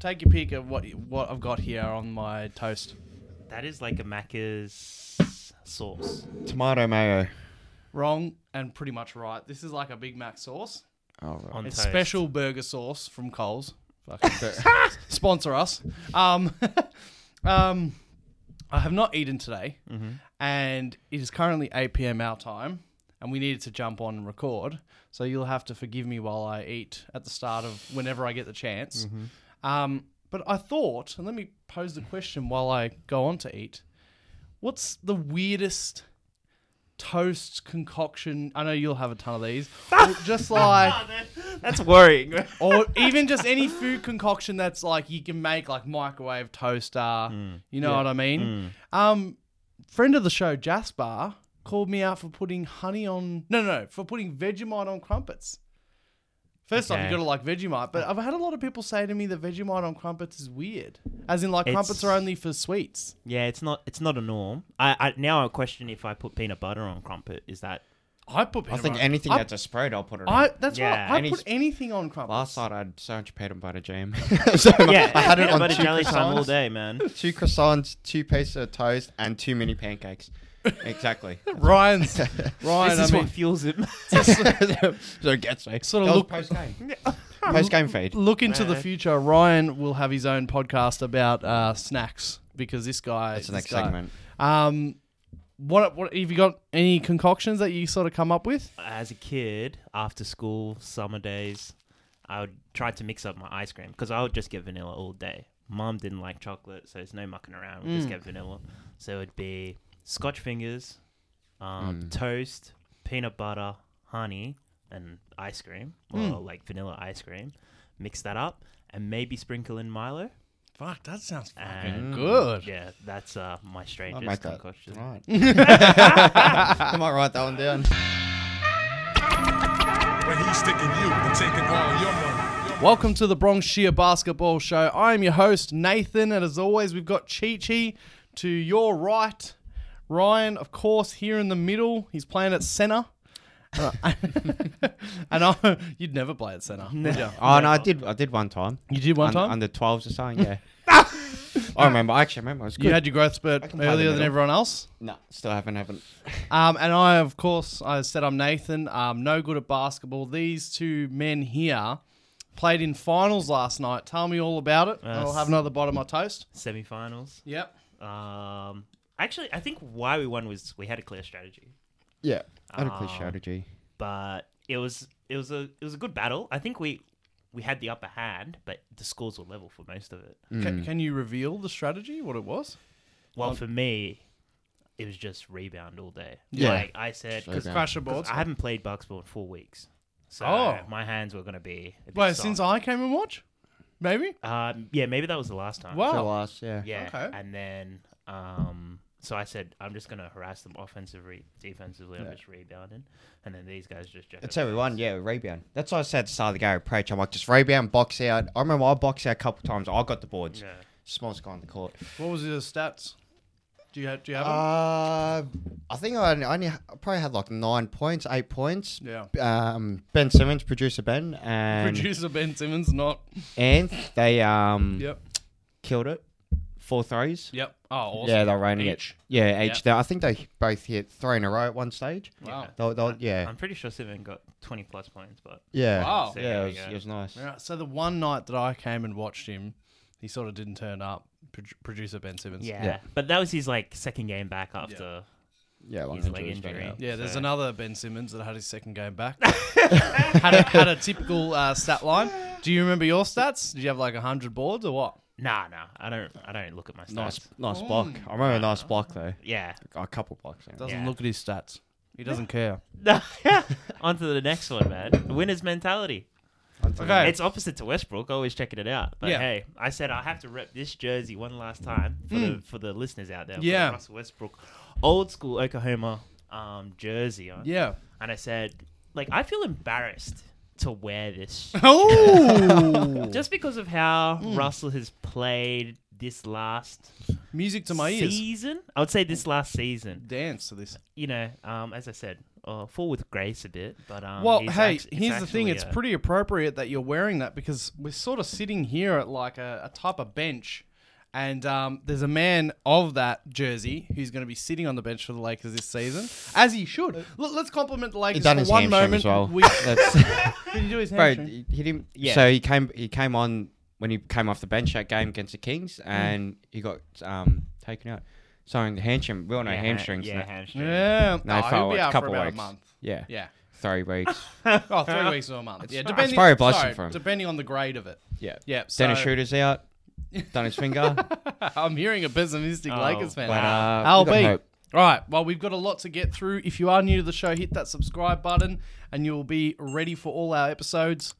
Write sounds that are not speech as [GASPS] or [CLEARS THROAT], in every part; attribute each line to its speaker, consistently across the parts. Speaker 1: Take your pick of what what I've got here on my toast.
Speaker 2: That is like a Macca's sauce.
Speaker 3: Tomato mayo.
Speaker 1: Wrong and pretty much right. This is like a Big Mac sauce.
Speaker 3: Oh, right.
Speaker 2: On
Speaker 1: It's
Speaker 2: toast.
Speaker 1: special burger sauce from Coles. [LAUGHS] Sponsor us. Um, [LAUGHS] um, I have not eaten today, and it is currently 8 p.m. our time, and we needed to jump on and record. So you'll have to forgive me while I eat at the start of whenever I get the chance. Um, but I thought, and let me pose the question while I go on to eat what's the weirdest toast concoction? I know you'll have a ton of these. Or just like
Speaker 2: [LAUGHS] That's worrying. [LAUGHS]
Speaker 1: or even just any food concoction that's like you can make like microwave toaster. You know what I mean? Um, friend of the show Jasper called me out for putting honey on. No, no, no, for putting Vegemite on crumpets. First off, you
Speaker 2: Okay.
Speaker 1: gotta like Vegemite, but I've had a lot of people say to me that Vegemite on crumpets is weird, as in like crumpets
Speaker 2: It's-
Speaker 1: are only for sweets.
Speaker 2: yeah, it's not. It's not a norm. I, I now I question if I put peanut butter on crumpet. Is that
Speaker 1: I put.
Speaker 3: I
Speaker 1: peanut
Speaker 3: think
Speaker 1: butter-
Speaker 3: anything
Speaker 1: I-
Speaker 3: that's a spread, I'll put it on.
Speaker 1: I that's
Speaker 2: Yeah,
Speaker 1: right. I
Speaker 3: any-
Speaker 1: put anything on crumpets.
Speaker 3: Last night I had so much peanut butter jam. [LAUGHS] so
Speaker 2: yeah?
Speaker 3: I had it
Speaker 2: peanut
Speaker 3: on
Speaker 2: butter
Speaker 3: two
Speaker 2: jelly time all
Speaker 3: croissants,
Speaker 2: day, man.
Speaker 3: two croissants, two pieces of toast, and two
Speaker 1: [LAUGHS]
Speaker 3: mini pancakes. Exactly.
Speaker 1: Ryan's
Speaker 2: this
Speaker 1: Ryan. I
Speaker 2: is
Speaker 1: mean,
Speaker 2: what fuels it. man.
Speaker 3: so it gets me.
Speaker 1: Sorta
Speaker 3: That was
Speaker 1: look- [LAUGHS]
Speaker 3: post game. post game feed.
Speaker 1: look into the
Speaker 2: Man.
Speaker 1: future. Ryan will have his own podcast about uh, snacks because this guy.
Speaker 3: That's the
Speaker 1: this
Speaker 3: next
Speaker 1: guy-
Speaker 3: segment.
Speaker 1: Um, what what have you got? Any concoctions that you sort of come up with?
Speaker 2: As a kid, after school, summer days, I would try to mix up my ice cream because I would just get vanilla all day. Mom didn't like chocolate, so there's no mucking around. We just get vanilla. So it'd be Scotch fingers, um, toast, peanut butter, honey, and ice cream, or like vanilla ice cream. Mix that up and maybe sprinkle in Milo.
Speaker 1: Fuck, that sounds
Speaker 2: And
Speaker 1: good.
Speaker 2: yeah, that's uh, my
Speaker 3: I'll
Speaker 2: strangest
Speaker 3: make that.
Speaker 2: concoction.
Speaker 1: [LAUGHS]
Speaker 3: Right. [LAUGHS] I might write that one down.
Speaker 4: But he's sticking you and taking all your money.
Speaker 1: Welcome to the Bronx Shear Basketball Show. I am your host Nathan, and as always, we've got Chi Chi to your right. Ryan, of course, here in the middle. He's playing at center. Uh, [LAUGHS] and I, you'd never play at center. would you?
Speaker 3: Oh no, I did. I did one time.
Speaker 1: You did one
Speaker 3: Un-
Speaker 1: time.
Speaker 3: under twelves or something.
Speaker 1: [LAUGHS]
Speaker 3: Yeah. I remember. I actually remember. It was good.
Speaker 1: You had your growth spurt
Speaker 3: can play the
Speaker 1: earlier than
Speaker 3: middle.
Speaker 1: everyone else.
Speaker 3: no, still haven't. Haven't.
Speaker 1: Um, and I, of course, I said I'm Nathan. Um, no good at basketball. These two men here played in finals last night. Tell me all about it. and I'll
Speaker 2: Yes.
Speaker 1: have another bite of my toast.
Speaker 2: Semi-finals.
Speaker 1: Yep.
Speaker 2: Um, actually, I think why we won was we had a clear strategy,
Speaker 3: Yeah. Had a
Speaker 1: Ah.
Speaker 2: Um,
Speaker 3: clear strategy.
Speaker 2: but it was it was a it was a good battle. I think we we had the upper hand, but the scores were level for most of it.
Speaker 3: Mm.
Speaker 1: Can, can you reveal the strategy? What it was?
Speaker 2: Well, for me, it was just rebound all day.
Speaker 3: Yeah.
Speaker 2: like I said,
Speaker 3: Just
Speaker 2: because
Speaker 3: rebound.
Speaker 1: Crasher boards.
Speaker 2: I haven't played basketball in four weeks, so
Speaker 1: Oh.
Speaker 2: my hands were gonna be. A bit
Speaker 1: Wait,
Speaker 2: soft.
Speaker 1: since I came and watched, maybe.
Speaker 2: um, yeah, maybe that was the last time.
Speaker 1: Wow.
Speaker 3: The last. Yeah.
Speaker 2: Yeah.
Speaker 1: Okay.
Speaker 2: And then um so I said I'm just gonna harass them offensively, defensively. I'm just rebounding, and then these guys just.
Speaker 3: That's how we won, yeah, rebound. That's why I said at the start of the game approach. I'm like, just rebound, box out. I remember I boxed out a couple times. I got the boards.
Speaker 2: Yeah.
Speaker 3: Smallest guy on the court.
Speaker 1: What was his stats? Do you have? Do you have? 'em?
Speaker 3: Uh, I think I only, I only- I probably had like nine points, eight points.
Speaker 1: Yeah.
Speaker 3: Um, Ben Simmons, producer Ben, and
Speaker 1: Producer Ben Simmons, not.
Speaker 3: Anth, they um
Speaker 1: [LAUGHS] Yep.
Speaker 3: killed it. Four threes.
Speaker 1: Yep. Oh, awesome.
Speaker 3: Yeah, they're raining
Speaker 1: Each.
Speaker 3: it. Yeah, each.
Speaker 1: Yep.
Speaker 3: They- I think they both hit three in a row at one stage.
Speaker 1: Wow.
Speaker 3: They'll, they'll, yeah.
Speaker 2: I'm pretty sure Sivan got 20 plus points, but
Speaker 3: yeah.
Speaker 1: Wow.
Speaker 2: So
Speaker 3: Yeah,
Speaker 2: there
Speaker 3: it
Speaker 2: we
Speaker 3: was,
Speaker 2: go.
Speaker 3: it was nice.
Speaker 1: Yeah, so the one night that I came and watched him, he sort of didn't turn up. Pro- producer Ben Simmons.
Speaker 2: yeah. But that was his like second game back after.
Speaker 3: Yeah, long
Speaker 2: His leg
Speaker 3: injuries, but,
Speaker 2: injury.
Speaker 3: yeah.
Speaker 1: Yeah, there's
Speaker 2: So-
Speaker 1: another Ben Simmons that had his second game
Speaker 2: [LAUGHS]
Speaker 1: back. had, a, had a typical uh, stat line. Do you remember your stats? Did you have like 100 boards or what?
Speaker 2: Nah, nah. I don't. I don't look at my stats.
Speaker 3: Nice, nice block. I remember a nice block though.
Speaker 2: Yeah. [LAUGHS]
Speaker 3: A couple blocks. Yeah.
Speaker 1: Doesn't
Speaker 2: Yeah.
Speaker 1: look at his stats. He doesn't care.
Speaker 2: On to the next one, man. Winner's mentality.
Speaker 1: Okay.
Speaker 2: It's opposite to Westbrook. Always checking it out. But
Speaker 1: Yeah.
Speaker 2: hey, I said I have to rep this jersey one last time for the for the listeners out there. for the
Speaker 1: Hmm. Yeah.
Speaker 2: Russell Westbrook, old school Oklahoma um, jersey on.
Speaker 1: yeah. [LAUGHS]
Speaker 2: And I said, like, I feel embarrassed to wear
Speaker 1: [LAUGHS]
Speaker 2: this [LAUGHS]
Speaker 1: Oh!
Speaker 2: just because of how
Speaker 1: Hmm.
Speaker 2: Russell has played this last
Speaker 1: Music to my ears.
Speaker 2: season. I would say this last season.
Speaker 1: Dance to this.
Speaker 2: You know, um, as I said, uh, fall with grace a bit, but um.
Speaker 1: Well,
Speaker 2: he's
Speaker 1: hey,
Speaker 2: act- it's
Speaker 1: here's the thing.
Speaker 2: actually
Speaker 1: It's
Speaker 2: a-
Speaker 1: pretty appropriate that you're wearing that because we're sort of sitting here at like a, a type of bench, and um, there's a man of that jersey who's going to be sitting on the bench for the Lakers this season, as he should. Look, let's compliment the Lakers
Speaker 5: Uh, done
Speaker 1: for
Speaker 5: his
Speaker 1: one
Speaker 5: hamstring
Speaker 1: moment.
Speaker 5: as well.
Speaker 1: We,
Speaker 5: [LAUGHS]
Speaker 1: [LAUGHS]
Speaker 5: That's
Speaker 1: did he do
Speaker 5: [LAUGHS]
Speaker 1: his
Speaker 5: bro.
Speaker 1: hamstring?
Speaker 5: He didn't.
Speaker 2: Yeah.
Speaker 5: So he came. He came on when he came off the bench that game against the Kings, and he got um taken out. So in the hamstring, we all know
Speaker 2: ha-
Speaker 5: hamstrings.
Speaker 2: Yeah,
Speaker 5: Yeah,
Speaker 2: hamstring.
Speaker 1: Yeah,
Speaker 5: No,
Speaker 1: oh,
Speaker 5: for
Speaker 1: he'll be
Speaker 5: a
Speaker 1: out for
Speaker 5: couple
Speaker 1: about
Speaker 5: weeks.
Speaker 1: a month.
Speaker 5: yeah, [LAUGHS]
Speaker 1: Yeah. [LAUGHS]
Speaker 5: three weeks.
Speaker 1: Oh, three weeks or a month. Yeah, depending.
Speaker 5: it's very blessing
Speaker 1: sorry,
Speaker 5: for him.
Speaker 1: Depending on the grade of it.
Speaker 5: yeah,
Speaker 1: Yeah.
Speaker 5: Dennis
Speaker 1: so-
Speaker 5: Schroeder's out. Done his finger.
Speaker 1: [LAUGHS] I'm hearing a pessimistic
Speaker 2: Oh,
Speaker 1: Lakers fan.
Speaker 5: but, uh,
Speaker 1: I'll
Speaker 5: we got
Speaker 1: be.
Speaker 5: hope.
Speaker 1: All right. Well, we've got a lot to get through. If you are new to the show, hit that subscribe button and you'll be ready for all our episodes.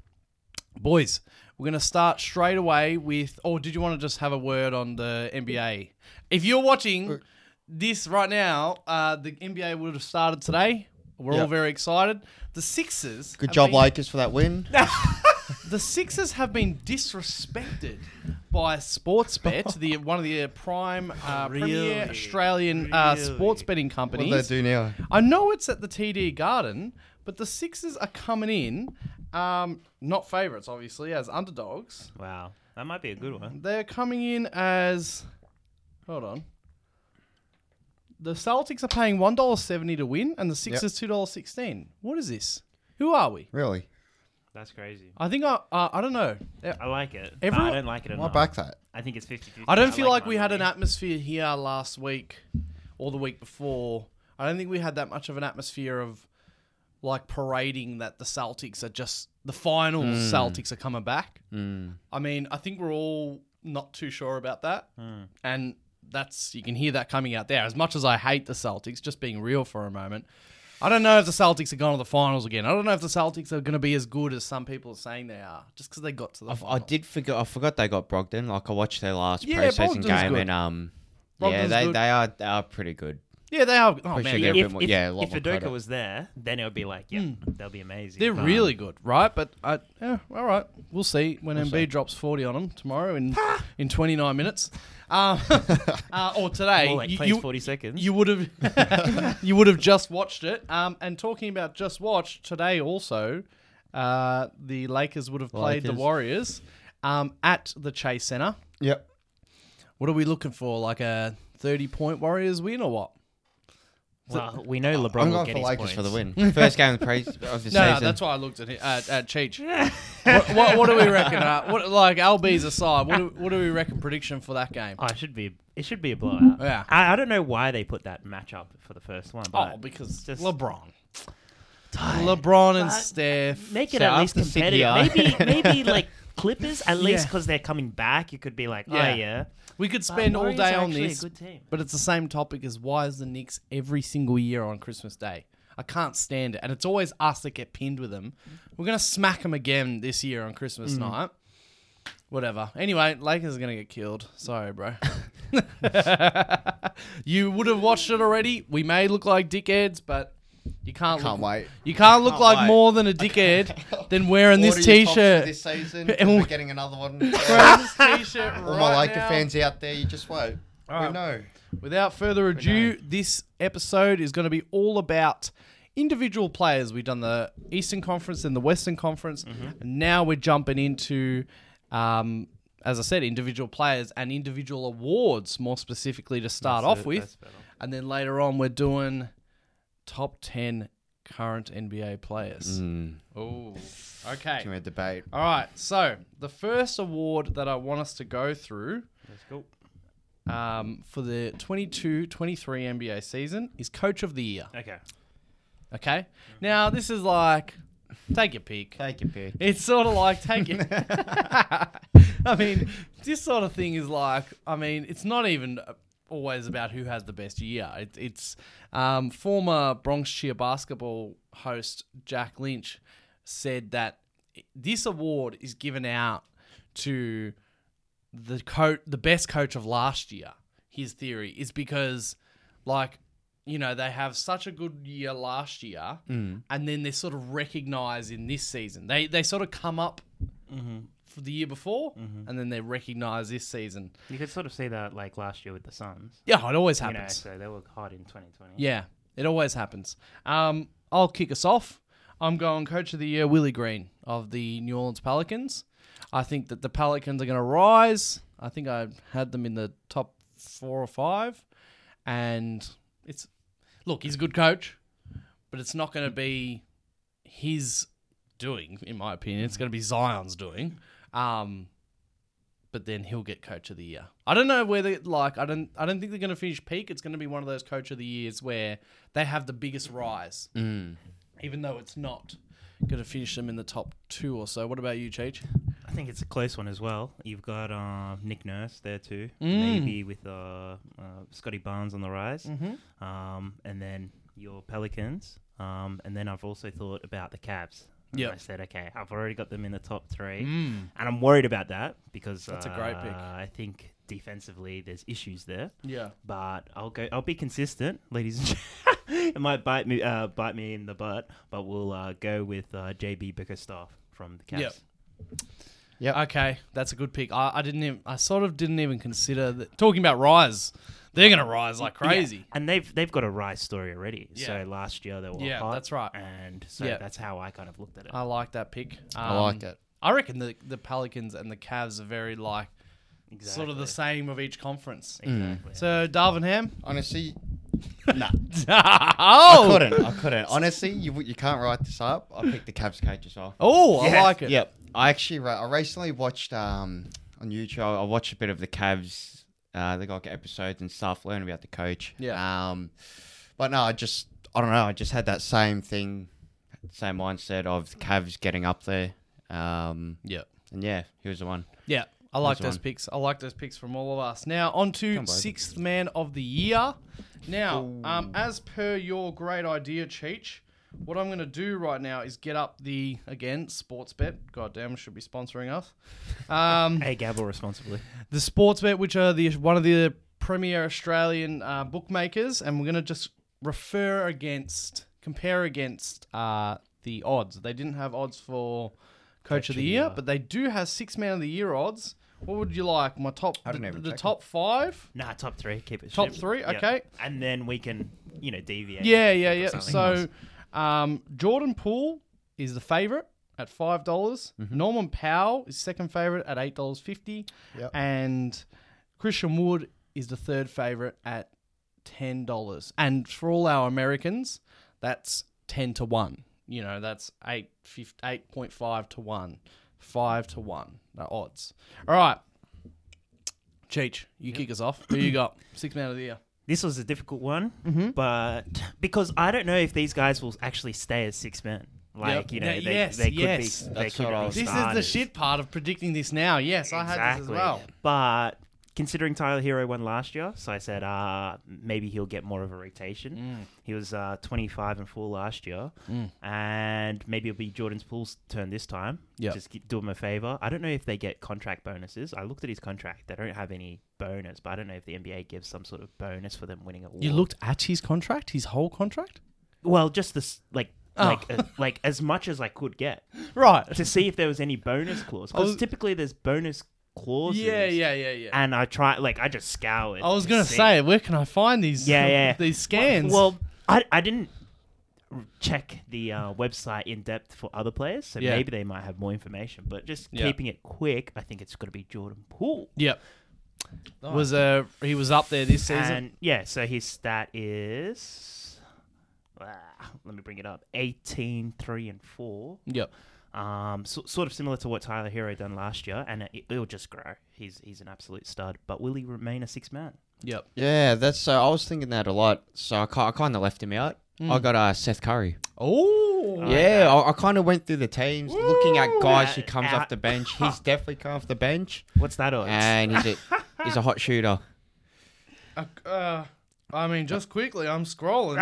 Speaker 1: Boys, we're going to start straight away with. Or did you want to just have a word on the NBA? If you're watching this right now, uh, the NBA would have started today. We're
Speaker 5: Yeah.
Speaker 1: all very excited. The Sixers.
Speaker 5: Good
Speaker 1: have
Speaker 5: job,
Speaker 1: been-
Speaker 5: Lakers, for that win.
Speaker 1: the Sixers have been disrespected by Sportsbet,
Speaker 2: [LAUGHS]
Speaker 1: the one of the prime uh, premier
Speaker 2: Really?
Speaker 1: Australian uh,
Speaker 2: Really?
Speaker 1: sports betting companies.
Speaker 5: now?
Speaker 1: I know it's at the TD Garden, but the Sixers are coming in, um, not favourites obviously, as underdogs.
Speaker 2: Wow, that might be a good one.
Speaker 1: They're coming in as, hold on. The Celtics are paying one dollar seventy to win, and the Sixers two dollars sixteen. What is this? Who are we?
Speaker 3: Really?
Speaker 2: That's crazy.
Speaker 1: I think I uh, I don't know.
Speaker 2: I like it. but
Speaker 1: Everyone-
Speaker 2: I don't like it
Speaker 3: Why
Speaker 2: enough.
Speaker 3: back that?
Speaker 2: I think it's 50-50.
Speaker 1: I don't feel like,
Speaker 2: my
Speaker 1: we had an
Speaker 2: money.
Speaker 1: atmosphere here last week or the week before. I don't think we had that much of an atmosphere of like parading that the Celtics are just the final
Speaker 5: Hmm.
Speaker 1: Celtics are coming back. I mean, I think we're all not too sure about that. And that's you can hear that coming out there. As much as I hate the Celtics, just being real for a moment. I don't know if the Celtics are going to the finals again. I don't know if the Celtics are going to be as good as some people are saying they are, just because they got to the.
Speaker 5: I
Speaker 1: finals.
Speaker 5: did forget. I forgot they got Brogdon. Like I watched their last
Speaker 1: Yeah,
Speaker 5: preseason
Speaker 1: Brogdon's
Speaker 5: game,
Speaker 1: good.
Speaker 5: and um, yeah,
Speaker 1: Brogdon's
Speaker 5: they,
Speaker 1: good.
Speaker 5: they are they are pretty good.
Speaker 1: Yeah, they are. Oh man,
Speaker 5: Appreciate
Speaker 1: they're
Speaker 5: it.
Speaker 2: If,
Speaker 5: bit more-
Speaker 2: if,
Speaker 5: yeah, a lot
Speaker 2: if
Speaker 5: more
Speaker 2: Udoka
Speaker 5: credit.
Speaker 2: was there, then it would be like, yeah, they'll be amazing.
Speaker 1: Hmm. They're
Speaker 2: But-
Speaker 1: really good, right? But I, yeah, all right, we'll see when MB drops forty on them tomorrow in in twenty nine minutes, uh, [LAUGHS] uh, or today.
Speaker 2: More like
Speaker 1: you,
Speaker 2: plays
Speaker 1: you-
Speaker 2: 40 seconds.
Speaker 1: you would have [LAUGHS] you would have just watched it. Um, and talking about just watched today, also, uh, the Lakers would have played the
Speaker 5: Lakers.
Speaker 1: Warriors um, at the Chase Center.
Speaker 3: Yep.
Speaker 1: What are we looking for? Like a thirty point Warriors win or what?
Speaker 2: well, we know LeBron
Speaker 3: I'm
Speaker 2: will
Speaker 3: going
Speaker 2: get
Speaker 3: for
Speaker 2: his
Speaker 3: Lakers
Speaker 2: points.
Speaker 5: for the win. [LAUGHS] First game of the, pre- of the season.
Speaker 1: [LAUGHS] No, no, that's why I looked at it, at, at
Speaker 2: [LAUGHS]
Speaker 1: Cheech. what, what, what do we reckon? Uh, what, like LB's aside, what do, what do we reckon prediction for that game?
Speaker 2: Oh, it should be it should be a blowout.
Speaker 1: Yeah.
Speaker 2: I, I don't know why they put that matchup for the first one. But
Speaker 1: Oh, because
Speaker 2: just-
Speaker 1: LeBron, LeBron and
Speaker 2: But
Speaker 1: Steph.
Speaker 2: make it
Speaker 5: So
Speaker 2: at least
Speaker 5: after City
Speaker 2: competitive. Maybe [LAUGHS]
Speaker 5: are-
Speaker 2: maybe like Clippers at
Speaker 1: Yeah.
Speaker 2: least because they're coming back. You could be like,
Speaker 1: Yeah.
Speaker 2: oh yeah,
Speaker 1: [LAUGHS] We could
Speaker 2: But
Speaker 1: spend all
Speaker 2: Warriors
Speaker 1: day
Speaker 2: are
Speaker 1: on
Speaker 2: actually a
Speaker 1: this,
Speaker 2: good team.
Speaker 1: but it's the same topic as why is the Knicks every single year on Christmas Day? I can't stand it, and it's always us that get pinned with them. We're gonna smack them again this year on Christmas
Speaker 3: Mm.
Speaker 1: night. Whatever. Anyway, Lakers are gonna get killed. Sorry, bro.
Speaker 3: [LAUGHS]
Speaker 1: [LAUGHS] you would have watched it already. We may look like dickheads, but you can't.
Speaker 3: Can't
Speaker 1: look,
Speaker 3: wait.
Speaker 1: You can't look
Speaker 3: Can't
Speaker 1: like
Speaker 3: wait.
Speaker 1: more than a
Speaker 3: [LAUGHS]
Speaker 1: dickhead than wearing this
Speaker 3: Order your tops for
Speaker 1: t-shirt.
Speaker 3: This
Speaker 1: [LAUGHS]
Speaker 3: season,
Speaker 1: And
Speaker 3: 'cause
Speaker 1: we'll-
Speaker 3: we're getting
Speaker 1: [LAUGHS]
Speaker 3: another one.
Speaker 1: Wearing this [LAUGHS] t-shirt
Speaker 3: All
Speaker 1: right
Speaker 3: my Laker
Speaker 1: now.
Speaker 3: fans out there, you just wait.
Speaker 1: right.
Speaker 3: We know.
Speaker 1: Without further ado, this episode is going to be all about individual players. We've done the Eastern Conference and the Western Conference,
Speaker 2: Mm-hmm.
Speaker 1: and now we're jumping into, um, as I said, individual players and individual awards, more specifically to start
Speaker 2: That's
Speaker 1: off
Speaker 2: it, that's
Speaker 1: with,
Speaker 2: better.
Speaker 1: and then later on we're doing top ten current NBA players.
Speaker 2: Mm.
Speaker 1: Oh, okay.
Speaker 3: Give me a debate.
Speaker 1: All right, so the first award that I want us to go through
Speaker 2: Let's go.
Speaker 1: um, for the 22 23 NBA season is Coach of the Year.
Speaker 2: Okay.
Speaker 1: Okay. Now, this is like, take your pick.
Speaker 5: Take your pick.
Speaker 1: It's sort of like, take it. [LAUGHS] I mean, this sort of thing is like, I mean, it's not even always about who has the best year. It, it's um, former Bronx cheer basketball host Jack Lynch said that this award is given out to the coach, the best coach of last year. His theory is because, like, you know, they have such a good year last year,
Speaker 2: Mm.
Speaker 1: and then they're sort of recognised in this season. They they sort of come up
Speaker 2: Mm-hmm.
Speaker 1: for the year before, and then they're recognised this season.
Speaker 2: You could sort of see that like last year with the Suns.
Speaker 1: Yeah, it always
Speaker 2: You know,
Speaker 1: happens.
Speaker 2: so they were hot in 2020.
Speaker 1: Yeah, It always happens. Um, I'll kick us off. I'm going coach of the year, Willie Green of the New Orleans Pelicans. I think that the Pelicans are going to rise. I think I had them in the top four or five. And it's look, he's a good coach, but it's not going to be his doing, in my opinion. It's going to be Zion's doing. Um, but then he'll get coach of the year. I don't know whether like I don't I don't think they're going to finish peak. It's going to be one of those coach of the years where they have the biggest rise,
Speaker 3: Mm.
Speaker 1: even though it's not going to finish them in the top two or so. What about you, Cheech?
Speaker 2: I think it's a close one as well. You've got uh, Nick Nurse there too,
Speaker 1: Mm.
Speaker 2: maybe with uh, uh, Scotty Barnes on the rise,
Speaker 1: Mm-hmm.
Speaker 2: um, and then your Pelicans, um, and then I've also thought about the Cavs. And
Speaker 1: Yep.
Speaker 2: I said, okay, I've already got them in the top three, and I'm worried about that because
Speaker 1: Mm. That's a great pick.
Speaker 2: uh, I think defensively there's issues there.
Speaker 1: Yeah,
Speaker 2: but I'll go. I'll be consistent, ladies. and gen- [LAUGHS] It might bite me, uh, bite me in the butt, but we'll uh, go with uh, JB Bickerstaff from the Cavs.
Speaker 1: Yep.
Speaker 3: Yep.
Speaker 1: Okay, that's a good pick. I, I didn't. Even, I sort of didn't even consider that. Talking about rise, they're going to rise like
Speaker 2: Yeah,
Speaker 1: crazy.
Speaker 2: and they've they've got a rise story already.
Speaker 1: Yeah.
Speaker 2: So last year they were
Speaker 1: Yeah,
Speaker 2: hot,
Speaker 1: that's right.
Speaker 2: and so
Speaker 1: Yeah. Uh,
Speaker 2: that's how I kind of looked at it.
Speaker 1: I like that pick. Um,
Speaker 3: I like it.
Speaker 1: I reckon the the Pelicans and the Cavs are very like
Speaker 2: exactly.
Speaker 1: sort of the same of each conference.
Speaker 3: Mm.
Speaker 2: Exactly.
Speaker 1: So Darvinham. [LAUGHS]
Speaker 3: Honestly,
Speaker 1: oh,
Speaker 3: I couldn't. I couldn't. Honestly, you you can't write this up. I picked the Cavs coaches off.
Speaker 1: Oh, I like it.
Speaker 5: Yep.
Speaker 3: I actually, re- I recently watched um on YouTube. I watched a bit of the Cavs. Uh, they got episodes and stuff. Learn about the coach.
Speaker 1: Yeah.
Speaker 3: Um, but no, I just I don't know. I just had that same thing, same mindset of the Cavs getting up there. Um,
Speaker 1: Yeah.
Speaker 3: and yeah, he was the one.
Speaker 1: Yeah. I like
Speaker 3: Nice
Speaker 1: those
Speaker 3: one.
Speaker 1: picks. I like those picks from all of us. Now on to sixth man of the year. Now, um, as per your great idea, Cheech, what I'm going to do right now is get up the again Sportsbet. Goddamn, should be sponsoring us. Um,
Speaker 2: hey, gavel responsibly.
Speaker 1: the Sportsbet, which are the one of the premier Australian uh, bookmakers, and we're going to just refer against, compare against uh, the odds. They didn't have odds for Coach, of the year, but they do have Six Man of the Year odds. What would you like? My top,
Speaker 3: I didn't
Speaker 1: the,
Speaker 3: even
Speaker 1: the
Speaker 3: check
Speaker 1: top five.
Speaker 2: Nah, top three. Keep it
Speaker 1: Top
Speaker 2: short.
Speaker 1: three,
Speaker 2: Yep.
Speaker 1: okay.
Speaker 2: And then we can, you know, deviate.
Speaker 1: Yeah, yeah, yeah.
Speaker 2: something
Speaker 1: So, um, Jordan Poole is the favorite at five dollars. Norman Powell is second favorite at eight dollars fifty,
Speaker 3: Yep.
Speaker 1: and Christian Wood is the third favorite at ten dollars. And for all our Americans, that's ten to one. You know, that's eight fif- 8.5 to one, five to one. The odds. All right. Cheech, you kick us off. Who you got? Six man of the year.
Speaker 2: This was a difficult one,
Speaker 1: Mm-hmm.
Speaker 2: but because I don't know if these guys will actually stay as six men.
Speaker 1: Yep.
Speaker 2: Like you know,
Speaker 1: Yeah,
Speaker 2: they,
Speaker 1: yes,
Speaker 2: they could
Speaker 1: yes.
Speaker 2: be.
Speaker 5: That's
Speaker 2: they could
Speaker 5: what I
Speaker 2: be
Speaker 5: was-
Speaker 1: This is the
Speaker 2: starters.
Speaker 1: shit part of predicting this now. Yes, I had this as well.
Speaker 2: But considering Tyler Hero won last year, so I said uh, maybe he'll get more of a
Speaker 1: Mm.
Speaker 2: rotation. He was uh, 25 and 4 last year, and maybe it'll be Jordan's Pool's turn this time.
Speaker 1: Yeah.
Speaker 2: Just gi- do him a favor. I don't know if they get contract bonuses. I looked at his contract. They don't have any bonus, but I don't know if the NBA gives some sort of bonus for them winning a
Speaker 1: You looked at his contract, his whole contract?
Speaker 2: Well, just this, like,
Speaker 1: Oh.
Speaker 2: like,
Speaker 1: [LAUGHS]
Speaker 2: uh, like as much as I could get
Speaker 1: Right.
Speaker 2: to see if there was any bonus clause.
Speaker 1: I was-
Speaker 2: Because typically there's bonus clauses
Speaker 1: Yeah, yeah, yeah, yeah.
Speaker 2: and I try like I just scoured.
Speaker 1: I was
Speaker 2: to
Speaker 1: going to
Speaker 2: see.
Speaker 1: say, where can I find these
Speaker 2: Yeah, yeah.
Speaker 1: [LAUGHS] these scans?
Speaker 2: Well, I I didn't r- check the uh, website in depth for other players, so
Speaker 1: Yeah.
Speaker 2: maybe they might have more information. But just
Speaker 1: Yeah.
Speaker 2: keeping it quick, I think it's going to be Jordan Poole.
Speaker 1: yep. Was uh he was up there this season?
Speaker 2: And yeah, so his stat is. Ah, let me bring it up. 18, 3, and 4.
Speaker 1: Yep.
Speaker 2: Um, so, sort of similar to what Tyler Hero done last year, and it, it'll just grow. He's he's an absolute stud. But will he remain a six man?
Speaker 1: Yep.
Speaker 5: Yeah, that's so. I was thinking that a lot. So I, ki- I kind of left him out. I got uh, Seth Curry.
Speaker 1: Oh.
Speaker 5: yeah, I, I kind of went through the teams, looking at guys who
Speaker 2: Uh,
Speaker 5: comes
Speaker 2: out.
Speaker 5: off the bench. He's definitely come off the bench,
Speaker 2: What's that odds?
Speaker 5: and he's a he's a hot shooter.
Speaker 1: Uh, uh, I mean, just quickly, I'm
Speaker 2: [LAUGHS]
Speaker 1: scrolling.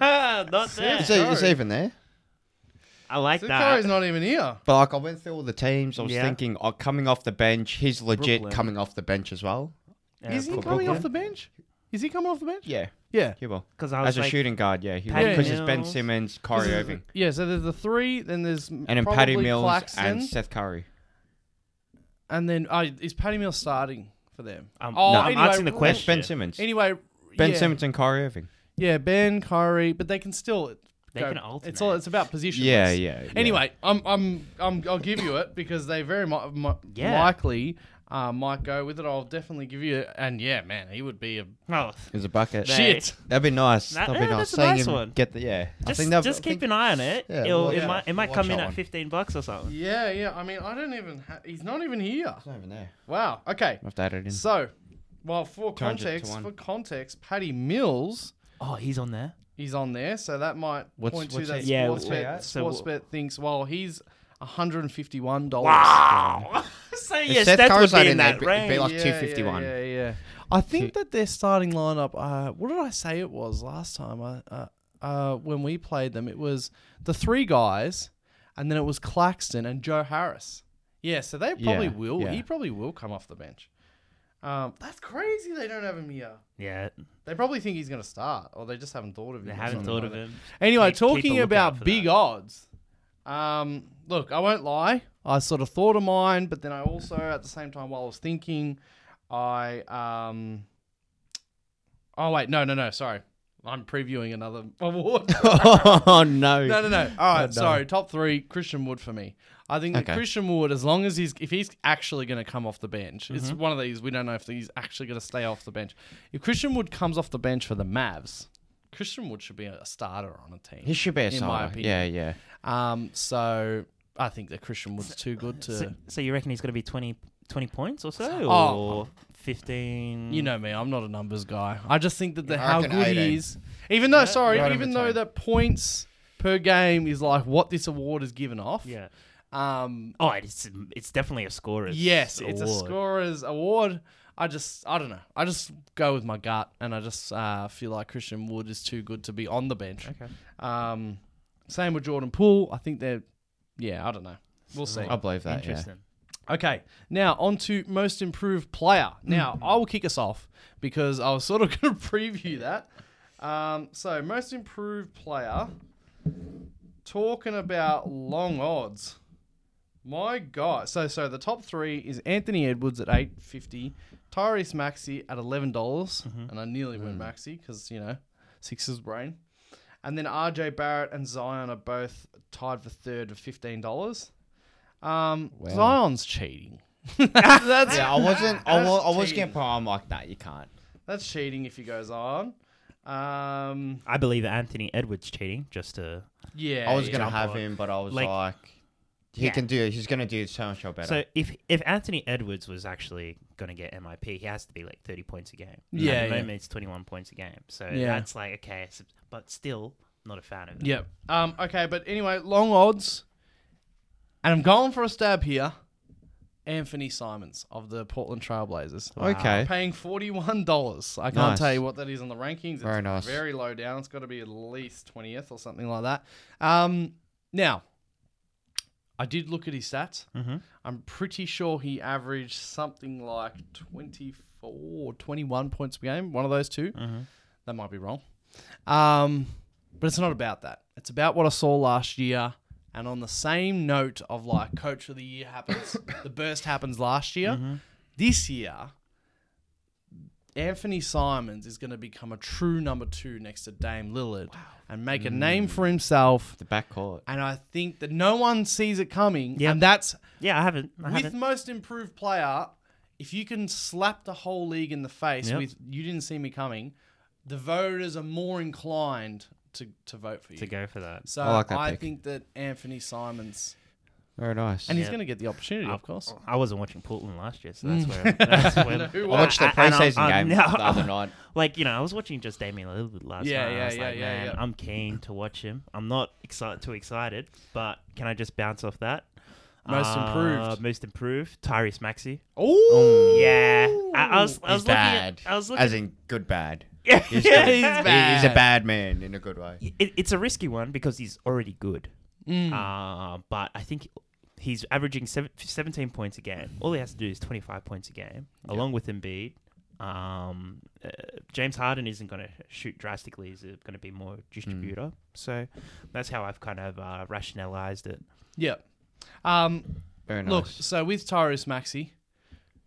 Speaker 1: Uh,
Speaker 2: Not there.
Speaker 3: Is he,
Speaker 5: e,
Speaker 3: is he
Speaker 1: Curry.
Speaker 3: even there?
Speaker 2: I like
Speaker 1: the
Speaker 2: that.
Speaker 1: guy's not even here.
Speaker 3: But like,
Speaker 5: I went through all the teams. I was
Speaker 2: Yeah.
Speaker 5: thinking, oh, coming off the bench, he's legit
Speaker 2: Brooklyn.
Speaker 5: coming off the bench as well.
Speaker 2: Yeah,
Speaker 1: Is he
Speaker 2: Paul
Speaker 1: coming
Speaker 2: Brooklyn.
Speaker 1: off the bench? Is he coming off the bench?
Speaker 5: Yeah,
Speaker 1: Yeah.
Speaker 5: he will.
Speaker 2: 'Cause I was
Speaker 5: As a
Speaker 2: like,
Speaker 5: shooting guard, yeah, he will.
Speaker 2: Patty
Speaker 5: Because it's Ben
Speaker 2: Mills.
Speaker 5: Simmons, Corey Irving,
Speaker 1: Yeah, so there's the three, then there's
Speaker 5: and then
Speaker 1: probably
Speaker 5: Patty Mills
Speaker 1: Claxton,
Speaker 5: and Seth Curry.
Speaker 1: and then oh, is Patty Mills starting for them?
Speaker 2: Um,
Speaker 1: oh,
Speaker 2: no, I'm
Speaker 1: anyway,
Speaker 2: asking the
Speaker 1: Ro-
Speaker 2: question.
Speaker 5: Ben Simmons,
Speaker 1: Anyway,
Speaker 5: Ben
Speaker 1: yeah.
Speaker 5: Simmons, and Corey Irving.
Speaker 1: Yeah, Ben, Kyrie, but they can still.
Speaker 2: They
Speaker 1: go-
Speaker 2: can
Speaker 1: It's all.
Speaker 2: alternate.
Speaker 1: It's about position.
Speaker 3: Yeah,
Speaker 1: list.
Speaker 3: yeah, yeah.
Speaker 1: Anyway, I'm, I'm, I'm, I'll give you it because they very mu- mu-
Speaker 2: Yeah.
Speaker 1: likely uh, might go with it. I'll definitely give you it. And yeah, man, he would be a
Speaker 2: Oh,
Speaker 3: It's a bucket.
Speaker 2: They-
Speaker 1: shit.
Speaker 3: That'd be nice.
Speaker 2: That-
Speaker 3: That'd be
Speaker 2: yeah,
Speaker 3: nice.
Speaker 2: that's a
Speaker 3: Seeing
Speaker 2: nice
Speaker 3: him
Speaker 2: one.
Speaker 3: Get the, yeah. I
Speaker 2: just
Speaker 3: think that-
Speaker 2: just
Speaker 3: I
Speaker 2: keep
Speaker 3: think-
Speaker 2: an eye on it.
Speaker 3: Yeah,
Speaker 2: It'll,
Speaker 3: we'll-
Speaker 2: It
Speaker 3: yeah,
Speaker 2: might it might
Speaker 3: watch
Speaker 2: come in
Speaker 3: that
Speaker 2: at
Speaker 3: one.
Speaker 2: fifteen bucks or something.
Speaker 1: Yeah, yeah. I mean, I don't even. Ha- he's not even here.
Speaker 3: It's not even there.
Speaker 1: Wow. Okay.
Speaker 3: I'll have to add it
Speaker 5: [LAUGHS]
Speaker 3: in.
Speaker 1: So, well, for
Speaker 3: 200 to
Speaker 1: context,
Speaker 3: one.
Speaker 1: for context, Paddy Mills
Speaker 2: Oh, he's on there.
Speaker 1: is on there, so that might
Speaker 3: What's-
Speaker 1: point
Speaker 3: what's
Speaker 1: to that
Speaker 3: he-
Speaker 2: Yeah,
Speaker 1: sports
Speaker 2: what's he
Speaker 1: bet.
Speaker 2: at? So
Speaker 1: Sports
Speaker 2: what-
Speaker 1: bet thinks, well, he's hundred and fifty-one dollars.
Speaker 2: Wow. so yes,
Speaker 3: Seth
Speaker 2: Steph,
Speaker 3: Curry's
Speaker 2: would
Speaker 3: not
Speaker 2: be
Speaker 3: in
Speaker 2: in
Speaker 3: there,
Speaker 2: that
Speaker 3: it'd be- it'd
Speaker 2: range.
Speaker 3: be like- 251.
Speaker 1: Yeah, yeah, yeah. I think that their starting lineup. Uh, what did I say it was last time? I, uh, uh, when we played them, it was the three guys, and then it was Claxton and Joe Harris. Yeah, so they probably
Speaker 3: Yeah,
Speaker 1: will.
Speaker 3: yeah.
Speaker 1: He probably will come off the bench. Um, that's crazy. They don't have him here.
Speaker 2: yeah,
Speaker 1: They probably think he's going to start, or they just haven't thought of him.
Speaker 2: they
Speaker 1: or
Speaker 2: haven't
Speaker 1: something
Speaker 2: thought
Speaker 1: like
Speaker 2: of
Speaker 1: that.
Speaker 2: him.
Speaker 1: Anyway,
Speaker 2: Keep- keep a
Speaker 1: talking
Speaker 2: lookout
Speaker 1: about
Speaker 2: for
Speaker 1: big
Speaker 2: that.
Speaker 1: odds. Um, look, I won't lie. I sort of thought of mine, but then I also, at the same time, while I was thinking, I um. Oh wait, no, no, no. Sorry, I'm previewing another [LAUGHS] award.
Speaker 3: oh,
Speaker 2: [LAUGHS]
Speaker 3: no.
Speaker 1: No, no, no. All right, sorry. Top three, Christian Wood for me. I think that
Speaker 3: Okay.
Speaker 1: Christian Wood, as long as he's if he's actually going to come off the bench, it's
Speaker 2: Mm-hmm.
Speaker 1: one of these we don't know if he's actually going to stay off the bench. If Christian Wood comes off the bench for the Mavs, Christian Wood should be a starter on a team.
Speaker 3: He should be a
Speaker 1: in my
Speaker 3: starter.
Speaker 1: opinion.
Speaker 3: Yeah, yeah.
Speaker 1: Um. So I think that Christian Wood's too good to.
Speaker 2: So, so you reckon he's going to be 20, 20 points or so,
Speaker 1: Oh.
Speaker 2: or fifteen?
Speaker 1: You know me, I'm not a numbers guy. I just think that the, how
Speaker 3: reckon
Speaker 1: good
Speaker 3: 18.
Speaker 1: he is. Even though, sorry,
Speaker 3: right in
Speaker 1: even
Speaker 3: between.
Speaker 1: though that points per game is like what this award is given off.
Speaker 2: Yeah.
Speaker 1: Um.
Speaker 2: Oh, it's it's definitely a scorer's.
Speaker 1: Yes, it's a
Speaker 2: award.
Speaker 1: scorer's award. I just, I don't know. I just go with my gut, and I just uh, feel like Christian Wood is too good to be on the bench.
Speaker 2: Okay.
Speaker 1: Um, same with Jordan Poole. I think they're, yeah, I don't know. We'll see.
Speaker 3: I believe that. Yeah.
Speaker 2: Interesting.
Speaker 1: Okay, now on to most improved player. Now I will kick us off because I was sort of [LAUGHS] going to preview that. Um, so most improved player, talking about long odds. My God! So so the top three is Anthony Edwards at eight fifty, Tyrese Maxey at eleven dollars, and I nearly
Speaker 3: Mm.
Speaker 1: went Maxey because you know Sixers brain, and then R.J. Barrett and Zion are both tied for third at fifteen dollars. Um, Zion's cheating. that's [LAUGHS]
Speaker 3: Yeah, I wasn't. I
Speaker 1: That's
Speaker 3: was. I was
Speaker 1: cheating.
Speaker 3: getting. I'm like, nah, you can't.
Speaker 1: that's cheating if he goes on. Um,
Speaker 2: I believe Anthony Edwards cheating just to.
Speaker 1: yeah,
Speaker 3: I was
Speaker 1: yeah.
Speaker 3: gonna
Speaker 2: Jump
Speaker 3: have
Speaker 2: on.
Speaker 3: him, but I was
Speaker 2: Like-
Speaker 3: like, he
Speaker 2: Yeah.
Speaker 3: can do. He's gonna do so much better.
Speaker 2: So if if Anthony Edwards was actually going to get MIP, he has to be like thirty points a game.
Speaker 1: Yeah,
Speaker 2: At the
Speaker 1: yeah.
Speaker 2: moment, it's twenty one points a game. So
Speaker 1: Yeah.
Speaker 2: that's like okay, so- but still not a fan of it.
Speaker 1: Yep. Um, okay, but anyway, long odds. And I'm going for a stab here. Anthony Simons of the Portland Trailblazers.
Speaker 3: Oh, okay.
Speaker 1: Paying $41. I can't
Speaker 3: Nice.
Speaker 1: tell you what that is on the rankings. It's
Speaker 3: Very nice.
Speaker 1: Very low down. It's got to be at least 20th or something like that. Um, now, I did look at his stats.
Speaker 3: Mm-hmm.
Speaker 1: I'm pretty sure he averaged something like 24 or 21 points per game, one of those 2
Speaker 3: Mm-hmm.
Speaker 1: That might be wrong. Um, but it's not about that. It's about what I saw last year. And on the same note of like coach of the year happens, [COUGHS] the burst happens last year. This year, Anthony Simons is going to become a true number two next to Dame Lillard and make a name for himself.
Speaker 3: the backcourt.
Speaker 1: And I think that no one sees it coming.
Speaker 2: Yeah.
Speaker 1: And that's
Speaker 2: Yeah, I haven't. I
Speaker 1: with
Speaker 2: haven't.
Speaker 1: most improved player, if you can slap the whole league in the face
Speaker 2: Yep.
Speaker 1: with you didn't see me coming, the voters are more inclined to, to vote for you.
Speaker 2: to go for that.
Speaker 1: So
Speaker 3: I
Speaker 1: I,
Speaker 3: like that pick.
Speaker 1: think that Anthony Simons,
Speaker 3: Very nice.
Speaker 1: and he's
Speaker 2: Yeah.
Speaker 1: going to get the opportunity, of course.
Speaker 2: I wasn't watching Portland last year, so that's
Speaker 1: Mm.
Speaker 2: where. I'm-
Speaker 1: [LAUGHS]
Speaker 2: That's where
Speaker 1: Who
Speaker 3: I watched their
Speaker 2: I- I-
Speaker 3: preseason
Speaker 2: I- I-
Speaker 3: game
Speaker 2: no.
Speaker 3: the other night.
Speaker 2: like you know, I was watching just Damian Lillard last
Speaker 1: Yeah,
Speaker 2: night. and I
Speaker 1: yeah,
Speaker 2: was
Speaker 1: yeah,
Speaker 2: like,
Speaker 1: yeah,
Speaker 2: Man,
Speaker 1: yeah.
Speaker 2: I'm keen to watch him. I'm not excited too excited, but can I just bounce off that? Uh,
Speaker 1: Most improved.
Speaker 2: most improved, Tyrese Maxey.
Speaker 1: Oh,
Speaker 2: Yeah, I, I was, I
Speaker 3: He's
Speaker 2: was looking. At,
Speaker 3: bad.
Speaker 2: I was looking.
Speaker 3: As in good bad.
Speaker 2: yeah, [LAUGHS]
Speaker 3: He's
Speaker 2: yeah,
Speaker 3: good. He-
Speaker 2: he's-
Speaker 3: He's a bad man in a good way.
Speaker 2: it, it's a risky one because he's already good. Uh, but I think he's averaging seven, 17 points a game. All he has to do is 25 points a game, along with Embiid. Um, uh, James Harden isn't going to shoot drastically. He's going to be more distributor. So that's how I've kind of uh, rationalized it.
Speaker 1: yeah. Um,
Speaker 3: Very nice.
Speaker 1: Look, so with Tyrese Maxey,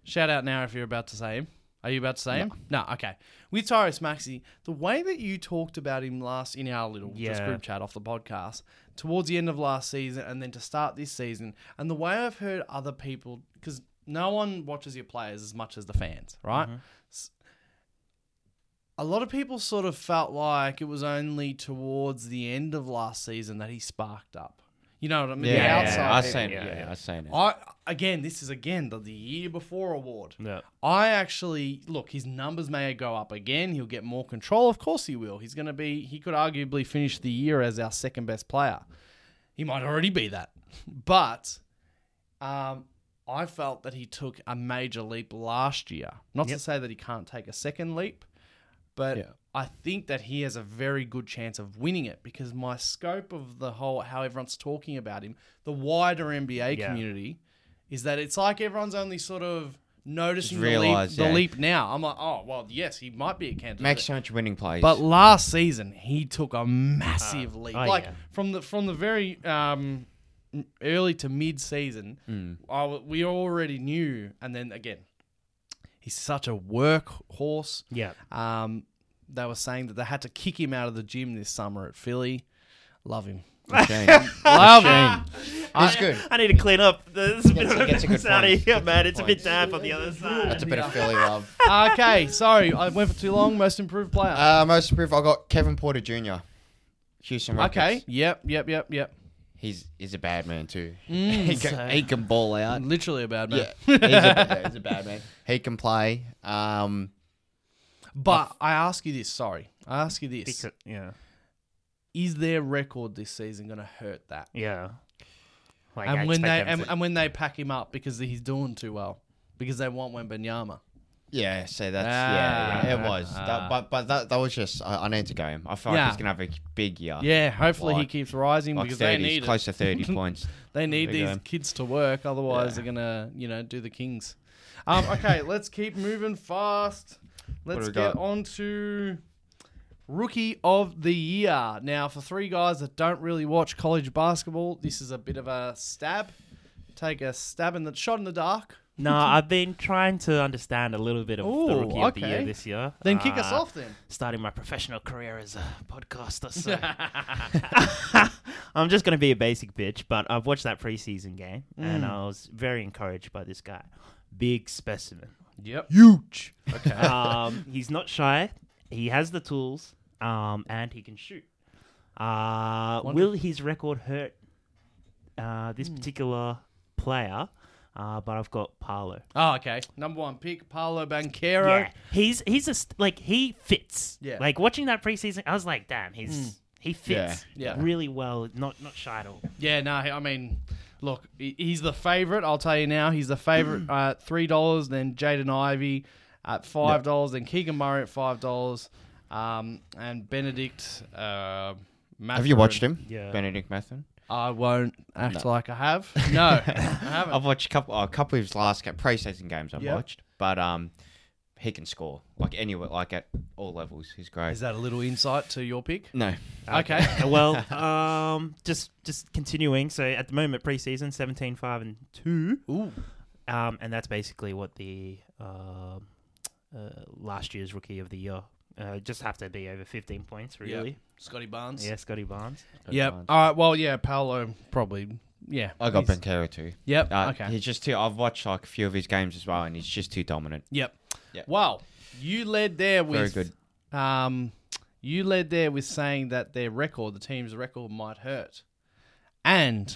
Speaker 1: shout out now if you're about to say him. Are you about to say him? No. Okay. With Tyrus Maxey, the way that you talked about him last in our little just
Speaker 2: Yeah.
Speaker 1: group chat off the podcast towards the end of last season and then to start this season, and the way I've heard other people, because no one watches your players as much as the fans, right? S- A lot of people sort of felt like it was only towards the end of last season that he sparked up. You know what I mean?
Speaker 5: Yeah,
Speaker 1: the
Speaker 5: yeah,
Speaker 1: outside.
Speaker 5: I
Speaker 1: in.
Speaker 5: seen
Speaker 2: yeah,
Speaker 5: it. Yeah,
Speaker 2: yeah.
Speaker 5: I seen it.
Speaker 1: I again, this is again the, the year before award.
Speaker 2: Yeah.
Speaker 1: I actually look. His numbers may go up again. He'll get more control. Of course, he will. He's going to be. He could arguably finish the year as our second best player. He might already be that, [LAUGHS] but um, I felt that he took a major leap last year. Not to say that he can't take a second leap, but
Speaker 5: Yeah.
Speaker 1: I think that he has a very good chance of winning it because my scope of the whole how everyone's talking about him, the wider NBA
Speaker 2: Yeah.
Speaker 1: community, is that it's like everyone's only sort of noticing
Speaker 5: Just
Speaker 1: the,
Speaker 5: realise,
Speaker 1: leap,
Speaker 5: yeah.
Speaker 1: the leap now. I'm like, oh well, yes, he might be a candidate.
Speaker 5: Makes so much winning plays.
Speaker 1: But last season, he took a massive leap.
Speaker 2: oh,
Speaker 1: like
Speaker 2: yeah.
Speaker 1: from the from the very um, m- early to mid season, we already knew. And then again, he's such a workhorse.
Speaker 2: Yeah.
Speaker 1: Um, they were saying that they had to kick him out of the gym this summer at Philly. Love
Speaker 2: [LAUGHS]
Speaker 1: him.
Speaker 5: Machine.
Speaker 1: Love him.
Speaker 5: He's good.
Speaker 2: I need to clean up. There's a bit
Speaker 3: Gets-
Speaker 2: of
Speaker 3: gets a good
Speaker 2: it's out
Speaker 3: point.
Speaker 2: of here,
Speaker 3: Gets a
Speaker 2: man.
Speaker 3: good
Speaker 2: It's a
Speaker 3: point.
Speaker 2: bit damp on the other
Speaker 3: That's
Speaker 2: side.
Speaker 3: a bit of Philly love.
Speaker 1: okay, sorry, I went for too long. Most improved player.
Speaker 3: Uh, most improved, I got Kevin Porter Jr. Houston Rockets.
Speaker 1: okay. Yep. Yep. Yep.
Speaker 3: [LAUGHS]
Speaker 1: Yep.
Speaker 3: He's he's a bad man too.
Speaker 5: he, can, he can ball out.
Speaker 1: Literally a bad man.
Speaker 3: he's, a, yeah, he's a bad man. Mm. [LAUGHS] He can play. Um,
Speaker 1: [LAUGHS] But I ask you this. Sorry, I ask you this.
Speaker 2: Because- Yeah.
Speaker 1: is their record this season going to hurt that?
Speaker 2: Yeah. Like, I
Speaker 1: and when they
Speaker 2: expect them
Speaker 1: and,
Speaker 2: to-
Speaker 1: and when they pack him up because he's doing too well because they want Wembenyama.
Speaker 3: yeah, so that's
Speaker 1: Ah,
Speaker 3: yeah, yeah, it was.
Speaker 1: ah.
Speaker 3: that, but but that, that was just I, I need to go him. I feel
Speaker 1: Yeah.
Speaker 3: like he's gonna have a big year.
Speaker 1: Yeah, hopefully he
Speaker 3: Like-
Speaker 1: keeps rising
Speaker 3: Ah, like
Speaker 1: because they
Speaker 3: thirties,
Speaker 1: need it.
Speaker 3: close to thirty points.
Speaker 1: they need
Speaker 3: There you
Speaker 1: these
Speaker 3: go.
Speaker 1: kids to work. Otherwise, they're gonna you know do the Kings. Um, okay, [LAUGHS] let's keep moving fast. Let's
Speaker 3: do we
Speaker 1: get
Speaker 3: got?
Speaker 1: on to rookie of the year. Now, for three guys that don't really watch college basketball, this is a bit of a stab. Take a stab in the shot in the dark. [LAUGHS]
Speaker 2: no, I've been trying to understand a little bit of the
Speaker 1: Ooh,
Speaker 2: rookie of the
Speaker 1: okay.
Speaker 2: year this year.
Speaker 1: Then kick us
Speaker 2: Uh,
Speaker 1: off then.
Speaker 2: starting my professional career as a podcaster.
Speaker 1: [LAUGHS]
Speaker 2: So I'm just going to be a basic bitch, but I've watched that preseason game
Speaker 1: Mm.
Speaker 2: and I was very encouraged by this guy. Big specimen.
Speaker 1: [LAUGHS] Yep.
Speaker 2: Huge. Okay. um, he's not shy. He has the tools um, and he can shoot. Uh, will his record hurt uh, this
Speaker 1: Hmm.
Speaker 2: particular player? Uh, but I've got Paolo.
Speaker 1: Oh, okay. Number one pick, Paolo Banquero.
Speaker 2: Yeah, he's he's a st- like he fits.
Speaker 1: Yeah. Hmm.
Speaker 2: like watching that preseason, I was like, damn, he's he fits
Speaker 1: Yeah. Yeah.
Speaker 2: really well. Not not shy at all.
Speaker 1: Yeah, no, I mean, look, he- he's the favorite. I'll tell you now, he's the
Speaker 3: [CLEARS THROAT]
Speaker 1: favorite at three dollars. Then Jaden Ivy at five dollars. Then Keegan Murray at five dollars. Um, and Benedict. Uh,
Speaker 3: have you watched him?
Speaker 2: Yeah.
Speaker 3: Benedict Mathen.
Speaker 1: I won't act like I
Speaker 3: [LAUGHS]
Speaker 1: have. No, I haven't.
Speaker 3: I've watched a couple a couple of his last ga- preseason games. I've
Speaker 1: Yeah.
Speaker 3: watched, but um, he can score like anywhere, like at all levels. He's great.
Speaker 1: Is that a little insight to your pick?
Speaker 3: no,
Speaker 1: Okay.
Speaker 2: Uh, well,
Speaker 1: [LAUGHS]
Speaker 2: um, just just continuing. So at the moment, preseason 17, 5, and two,
Speaker 1: Ooh.
Speaker 2: um, and that's basically what the um uh, last year's rookie of the year. Uh, just have to be over 15 points, really.
Speaker 1: Scotty Barnes.
Speaker 2: Yeah, Scotty Barnes.
Speaker 1: Yep. All right. Well, yeah, Paolo probably. Yeah.
Speaker 3: I got
Speaker 1: he's-
Speaker 3: Banchero too.
Speaker 1: Yep.
Speaker 3: Uh,
Speaker 1: okay.
Speaker 3: He's just too. I've watched like a few of his games as well, and he's just too dominant.
Speaker 1: Yep.
Speaker 3: Yeah.
Speaker 1: Wow. You led there
Speaker 3: Very
Speaker 1: with Um, you led there with saying that their record, the team's record, might hurt, and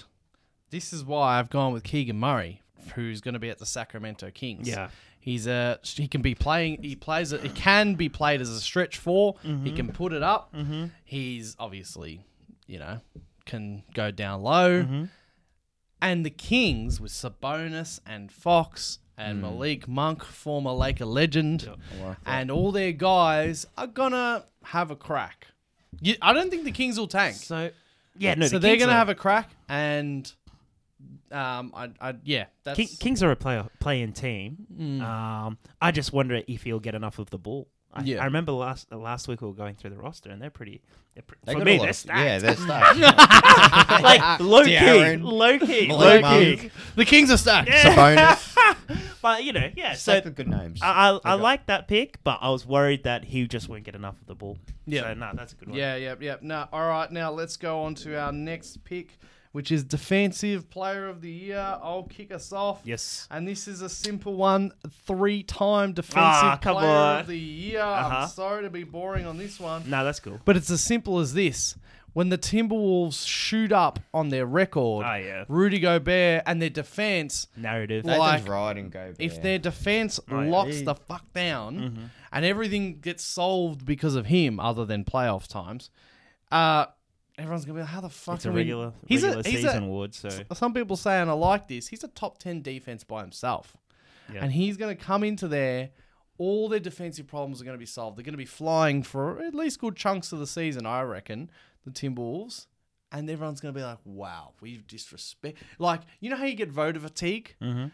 Speaker 1: this is why I've gone with Keegan Murray, who's going to be at the Sacramento Kings.
Speaker 2: Yeah.
Speaker 1: He's a he can be playing. He plays. He can be played as a stretch 4 He can put it up. He's obviously, you know, can go down low. And the Kings with Sabonis and Fox
Speaker 2: Hmm.
Speaker 1: and Malik Monk, former Laker legend, and all their guys are gonna have a crack. You, I don't think the Kings will tank.
Speaker 2: So yeah, no,
Speaker 1: so
Speaker 2: the
Speaker 1: they're
Speaker 2: Kings
Speaker 1: gonna
Speaker 2: are-
Speaker 1: have a crack, and Um, I, I, yeah, that's Mm.
Speaker 2: King, Kings are a play, play-in team. Um, I just wonder if he'll get enough of the ball. I,
Speaker 1: Yeah.
Speaker 2: I remember last uh, last week we were going through the roster, and they're pretty. They're pre-
Speaker 3: They
Speaker 2: for
Speaker 3: got
Speaker 2: me,
Speaker 3: a lot
Speaker 2: they're
Speaker 3: of- Yeah,
Speaker 2: stacked.
Speaker 1: [LAUGHS]
Speaker 3: they're stacked.
Speaker 2: [LAUGHS] like low key,
Speaker 3: De'Aaron,
Speaker 2: low key,
Speaker 3: Malik
Speaker 2: low key.
Speaker 3: Monk.
Speaker 1: the Kings are stacked.
Speaker 2: Yeah.
Speaker 1: [LAUGHS]
Speaker 3: Sabonis.
Speaker 2: But you know, yeah. So
Speaker 3: Stacked with good names.
Speaker 2: I, I, I
Speaker 3: got-
Speaker 2: like that pick, but I was worried that he just wouldn't get enough of the ball.
Speaker 1: Yeah.
Speaker 2: So, no, that's a good one.
Speaker 1: Yeah, yep, yep. No, all right. Now let's go on to our next pick, which is defensive player of the year. I'll kick us off.
Speaker 2: Yes.
Speaker 1: And this is a simple one: three-time defensive
Speaker 2: Ah, come
Speaker 1: player
Speaker 2: on.
Speaker 1: of the year.
Speaker 2: Uh-huh.
Speaker 1: I'm sorry to be boring on this one.
Speaker 2: No, that's cool.
Speaker 1: But it's as simple as this. When the Timberwolves shoot up on their record,
Speaker 2: Oh, yeah.
Speaker 1: Rudy Gobert and their defense,
Speaker 2: Narrative.
Speaker 1: Like-
Speaker 3: Nathan's right and go.
Speaker 1: if
Speaker 3: there.
Speaker 1: their defense
Speaker 2: Right.
Speaker 1: locks the fuck down
Speaker 2: Mm-hmm.
Speaker 1: and everything gets solved because of him, other than playoff times, uh, everyone's going to be like, how the fuck
Speaker 2: it's a
Speaker 1: are we-"
Speaker 2: regular,
Speaker 1: He's
Speaker 2: regular
Speaker 1: he's
Speaker 2: season award, so
Speaker 1: Some people say, and I like this, he's a top 10 defense by himself.
Speaker 2: Yeah.
Speaker 1: And he's going to come into there. All their defensive problems are going to be solved. They're going to be flying for at least good chunks of the season, I reckon, the Timberwolves. And everyone's going to be like, wow, we've disrespect. Like, you know how you get voter fatigue?
Speaker 2: Mm-hmm.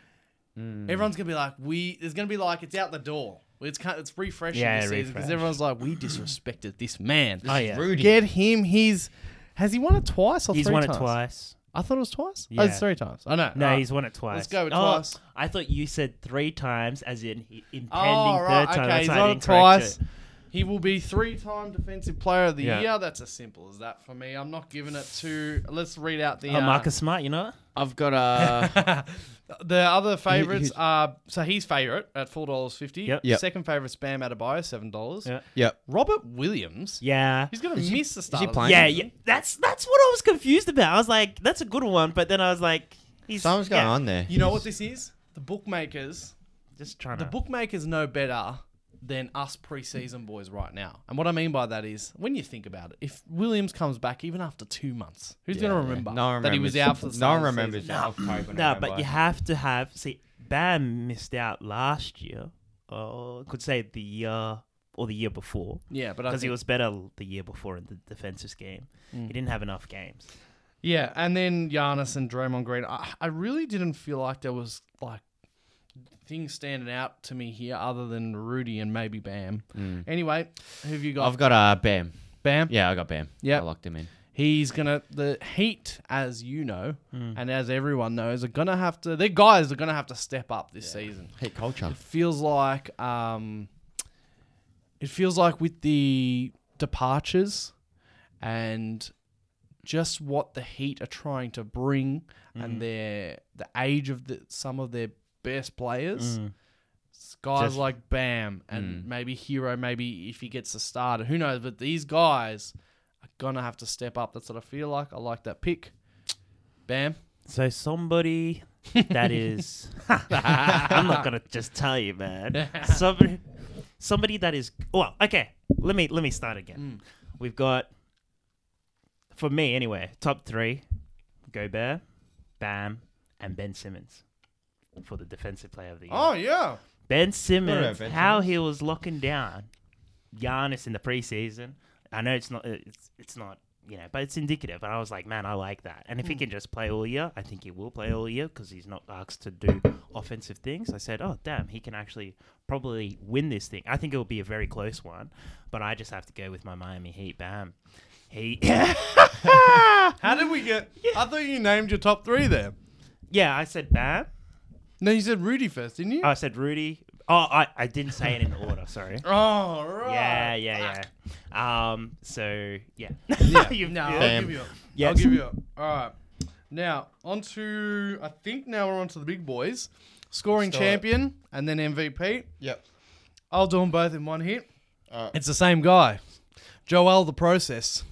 Speaker 2: Mm.
Speaker 1: Everyone's going to be like, we, there's going to be like, it's out the door. It's, kind it's refreshing
Speaker 2: Yeah,
Speaker 1: this season because
Speaker 2: refresh.
Speaker 1: everyone's like, we disrespected this man.
Speaker 2: Oh, yeah.
Speaker 3: Rudy.
Speaker 1: Get him his. Has he won it twice or
Speaker 2: he's
Speaker 1: three
Speaker 2: won
Speaker 1: times?
Speaker 2: it twice.
Speaker 1: I thought it was twice. Oh,
Speaker 2: Yeah.
Speaker 1: it's three times. I know.
Speaker 2: No,
Speaker 1: Alright.
Speaker 2: he's won it twice.
Speaker 1: Uh, go with
Speaker 2: Oh,
Speaker 1: twice.
Speaker 2: I thought you said three times, as in he- impending
Speaker 1: Oh, right.
Speaker 2: third time.
Speaker 1: okay,
Speaker 2: That's
Speaker 1: he's
Speaker 2: why I
Speaker 1: on
Speaker 2: didn't
Speaker 1: it
Speaker 2: correct
Speaker 1: twice.
Speaker 2: it.
Speaker 1: He will be three-time defensive player of the
Speaker 2: Yeah.
Speaker 1: year. That's as simple as that for me. I'm not giving it to. Let's read out the
Speaker 2: Oh,
Speaker 1: uh,
Speaker 2: Marcus Smart, you know?
Speaker 5: I've got a.
Speaker 1: [LAUGHS] The other favorites
Speaker 5: Who- who's-
Speaker 1: are so he's favorite at four dollars fifty.
Speaker 2: Yep.
Speaker 3: Yep.
Speaker 1: Second favorite Spam Adebayo seven dollars.
Speaker 2: Yeah.
Speaker 3: Yep.
Speaker 1: Robert Williams.
Speaker 2: Yeah.
Speaker 1: He's gonna miss the start.
Speaker 5: he
Speaker 1: of the
Speaker 5: playing?
Speaker 2: Yeah,
Speaker 1: season.
Speaker 2: yeah. That's that's what I was confused about. I was like, that's a good one, but then I was like, he's
Speaker 3: Something's going
Speaker 2: yeah,
Speaker 3: on there.
Speaker 1: You know what this is? The bookmakers
Speaker 2: Just trying
Speaker 1: The
Speaker 2: to
Speaker 1: bookmakers know better than us preseason boys right now. And what I mean by that is, when you think about it, if Williams comes back even after two months, who's going to remember
Speaker 3: No one
Speaker 1: that he was
Speaker 3: remembers-
Speaker 1: out for the
Speaker 3: No
Speaker 1: start
Speaker 3: one
Speaker 1: of the
Speaker 3: remembers
Speaker 1: season?
Speaker 3: that October.
Speaker 2: No, but
Speaker 3: November.
Speaker 2: you have to have. See, Bam missed out last year. Oh, could say the year or the year before
Speaker 1: Yeah, but I
Speaker 2: because he
Speaker 1: think-
Speaker 2: was better l- the year before in the defensive game.
Speaker 1: Mm.
Speaker 2: He didn't have enough games.
Speaker 1: yeah, and then Giannis and Draymond Green. I, I really didn't feel like there was like things standing out to me here other than Rudy and maybe Bam.
Speaker 3: Mm.
Speaker 1: Anyway, who have you got?
Speaker 5: I've got
Speaker 3: uh,
Speaker 5: a Bam.
Speaker 1: Bam.
Speaker 5: Yeah, I got Bam.
Speaker 1: Yep.
Speaker 5: I locked him in.
Speaker 1: He's gonna the Heat, as you know,
Speaker 3: Hmm.
Speaker 1: and as everyone knows, are gonna have to. Their guys are gonna have to step up this season.
Speaker 3: Heat culture.
Speaker 1: feels like um, it feels like with the departures and just what the Heat are trying to bring and their the age of the, some of their best players. Guys
Speaker 2: Mm. Just-
Speaker 1: like Bam and maybe Hero, maybe if he gets a starter, who knows? But these guys are gonna have to step up. That's what I feel like. I like that pick. Bam.
Speaker 2: So somebody that is, I'm not gonna just tell you, man. Somebody, somebody that is. Well, okay. Let me let me start again. We've got, for me anyway, top three: Gobert, Bam, and Ben Simmons for the defensive player of the
Speaker 1: Oh,
Speaker 2: year.
Speaker 1: yeah.
Speaker 2: Ben Simmons,
Speaker 3: Ben
Speaker 2: how he was locking down Giannis in the preseason. I know it's not, it's, it's not, you know, but it's indicative. And I was like, man, I like that. And if he can just play all year, I think he will play all year because he's not asked to do offensive things. I said, oh damn, he can actually probably win this thing. I think it will be a very close one, but I just have to go with my Miami Heat. Bam, he, [COUGHS]
Speaker 1: How did we get? I thought you named your top three there.
Speaker 2: yeah, I said Bam.
Speaker 1: No, you said Rudy first, didn't you?
Speaker 3: Oh.
Speaker 2: I said Rudy. Oh, I, I didn't say it in order. Sorry.
Speaker 1: Oh, right.
Speaker 2: Yeah, yeah, yeah. Um, so yeah, [LAUGHS] You've-
Speaker 1: No,
Speaker 2: yeah.
Speaker 1: I'll
Speaker 3: Bam.
Speaker 1: give you up. I'll
Speaker 2: Yes.
Speaker 1: give you up. All right. Now, on to, I think now we're on to the big boys. Scoring
Speaker 3: Let's do it.
Speaker 1: champion and then MVP.
Speaker 3: Yep.
Speaker 1: I'll do them both in one hit.
Speaker 3: All right.
Speaker 1: It's the same guy. Joel the Process.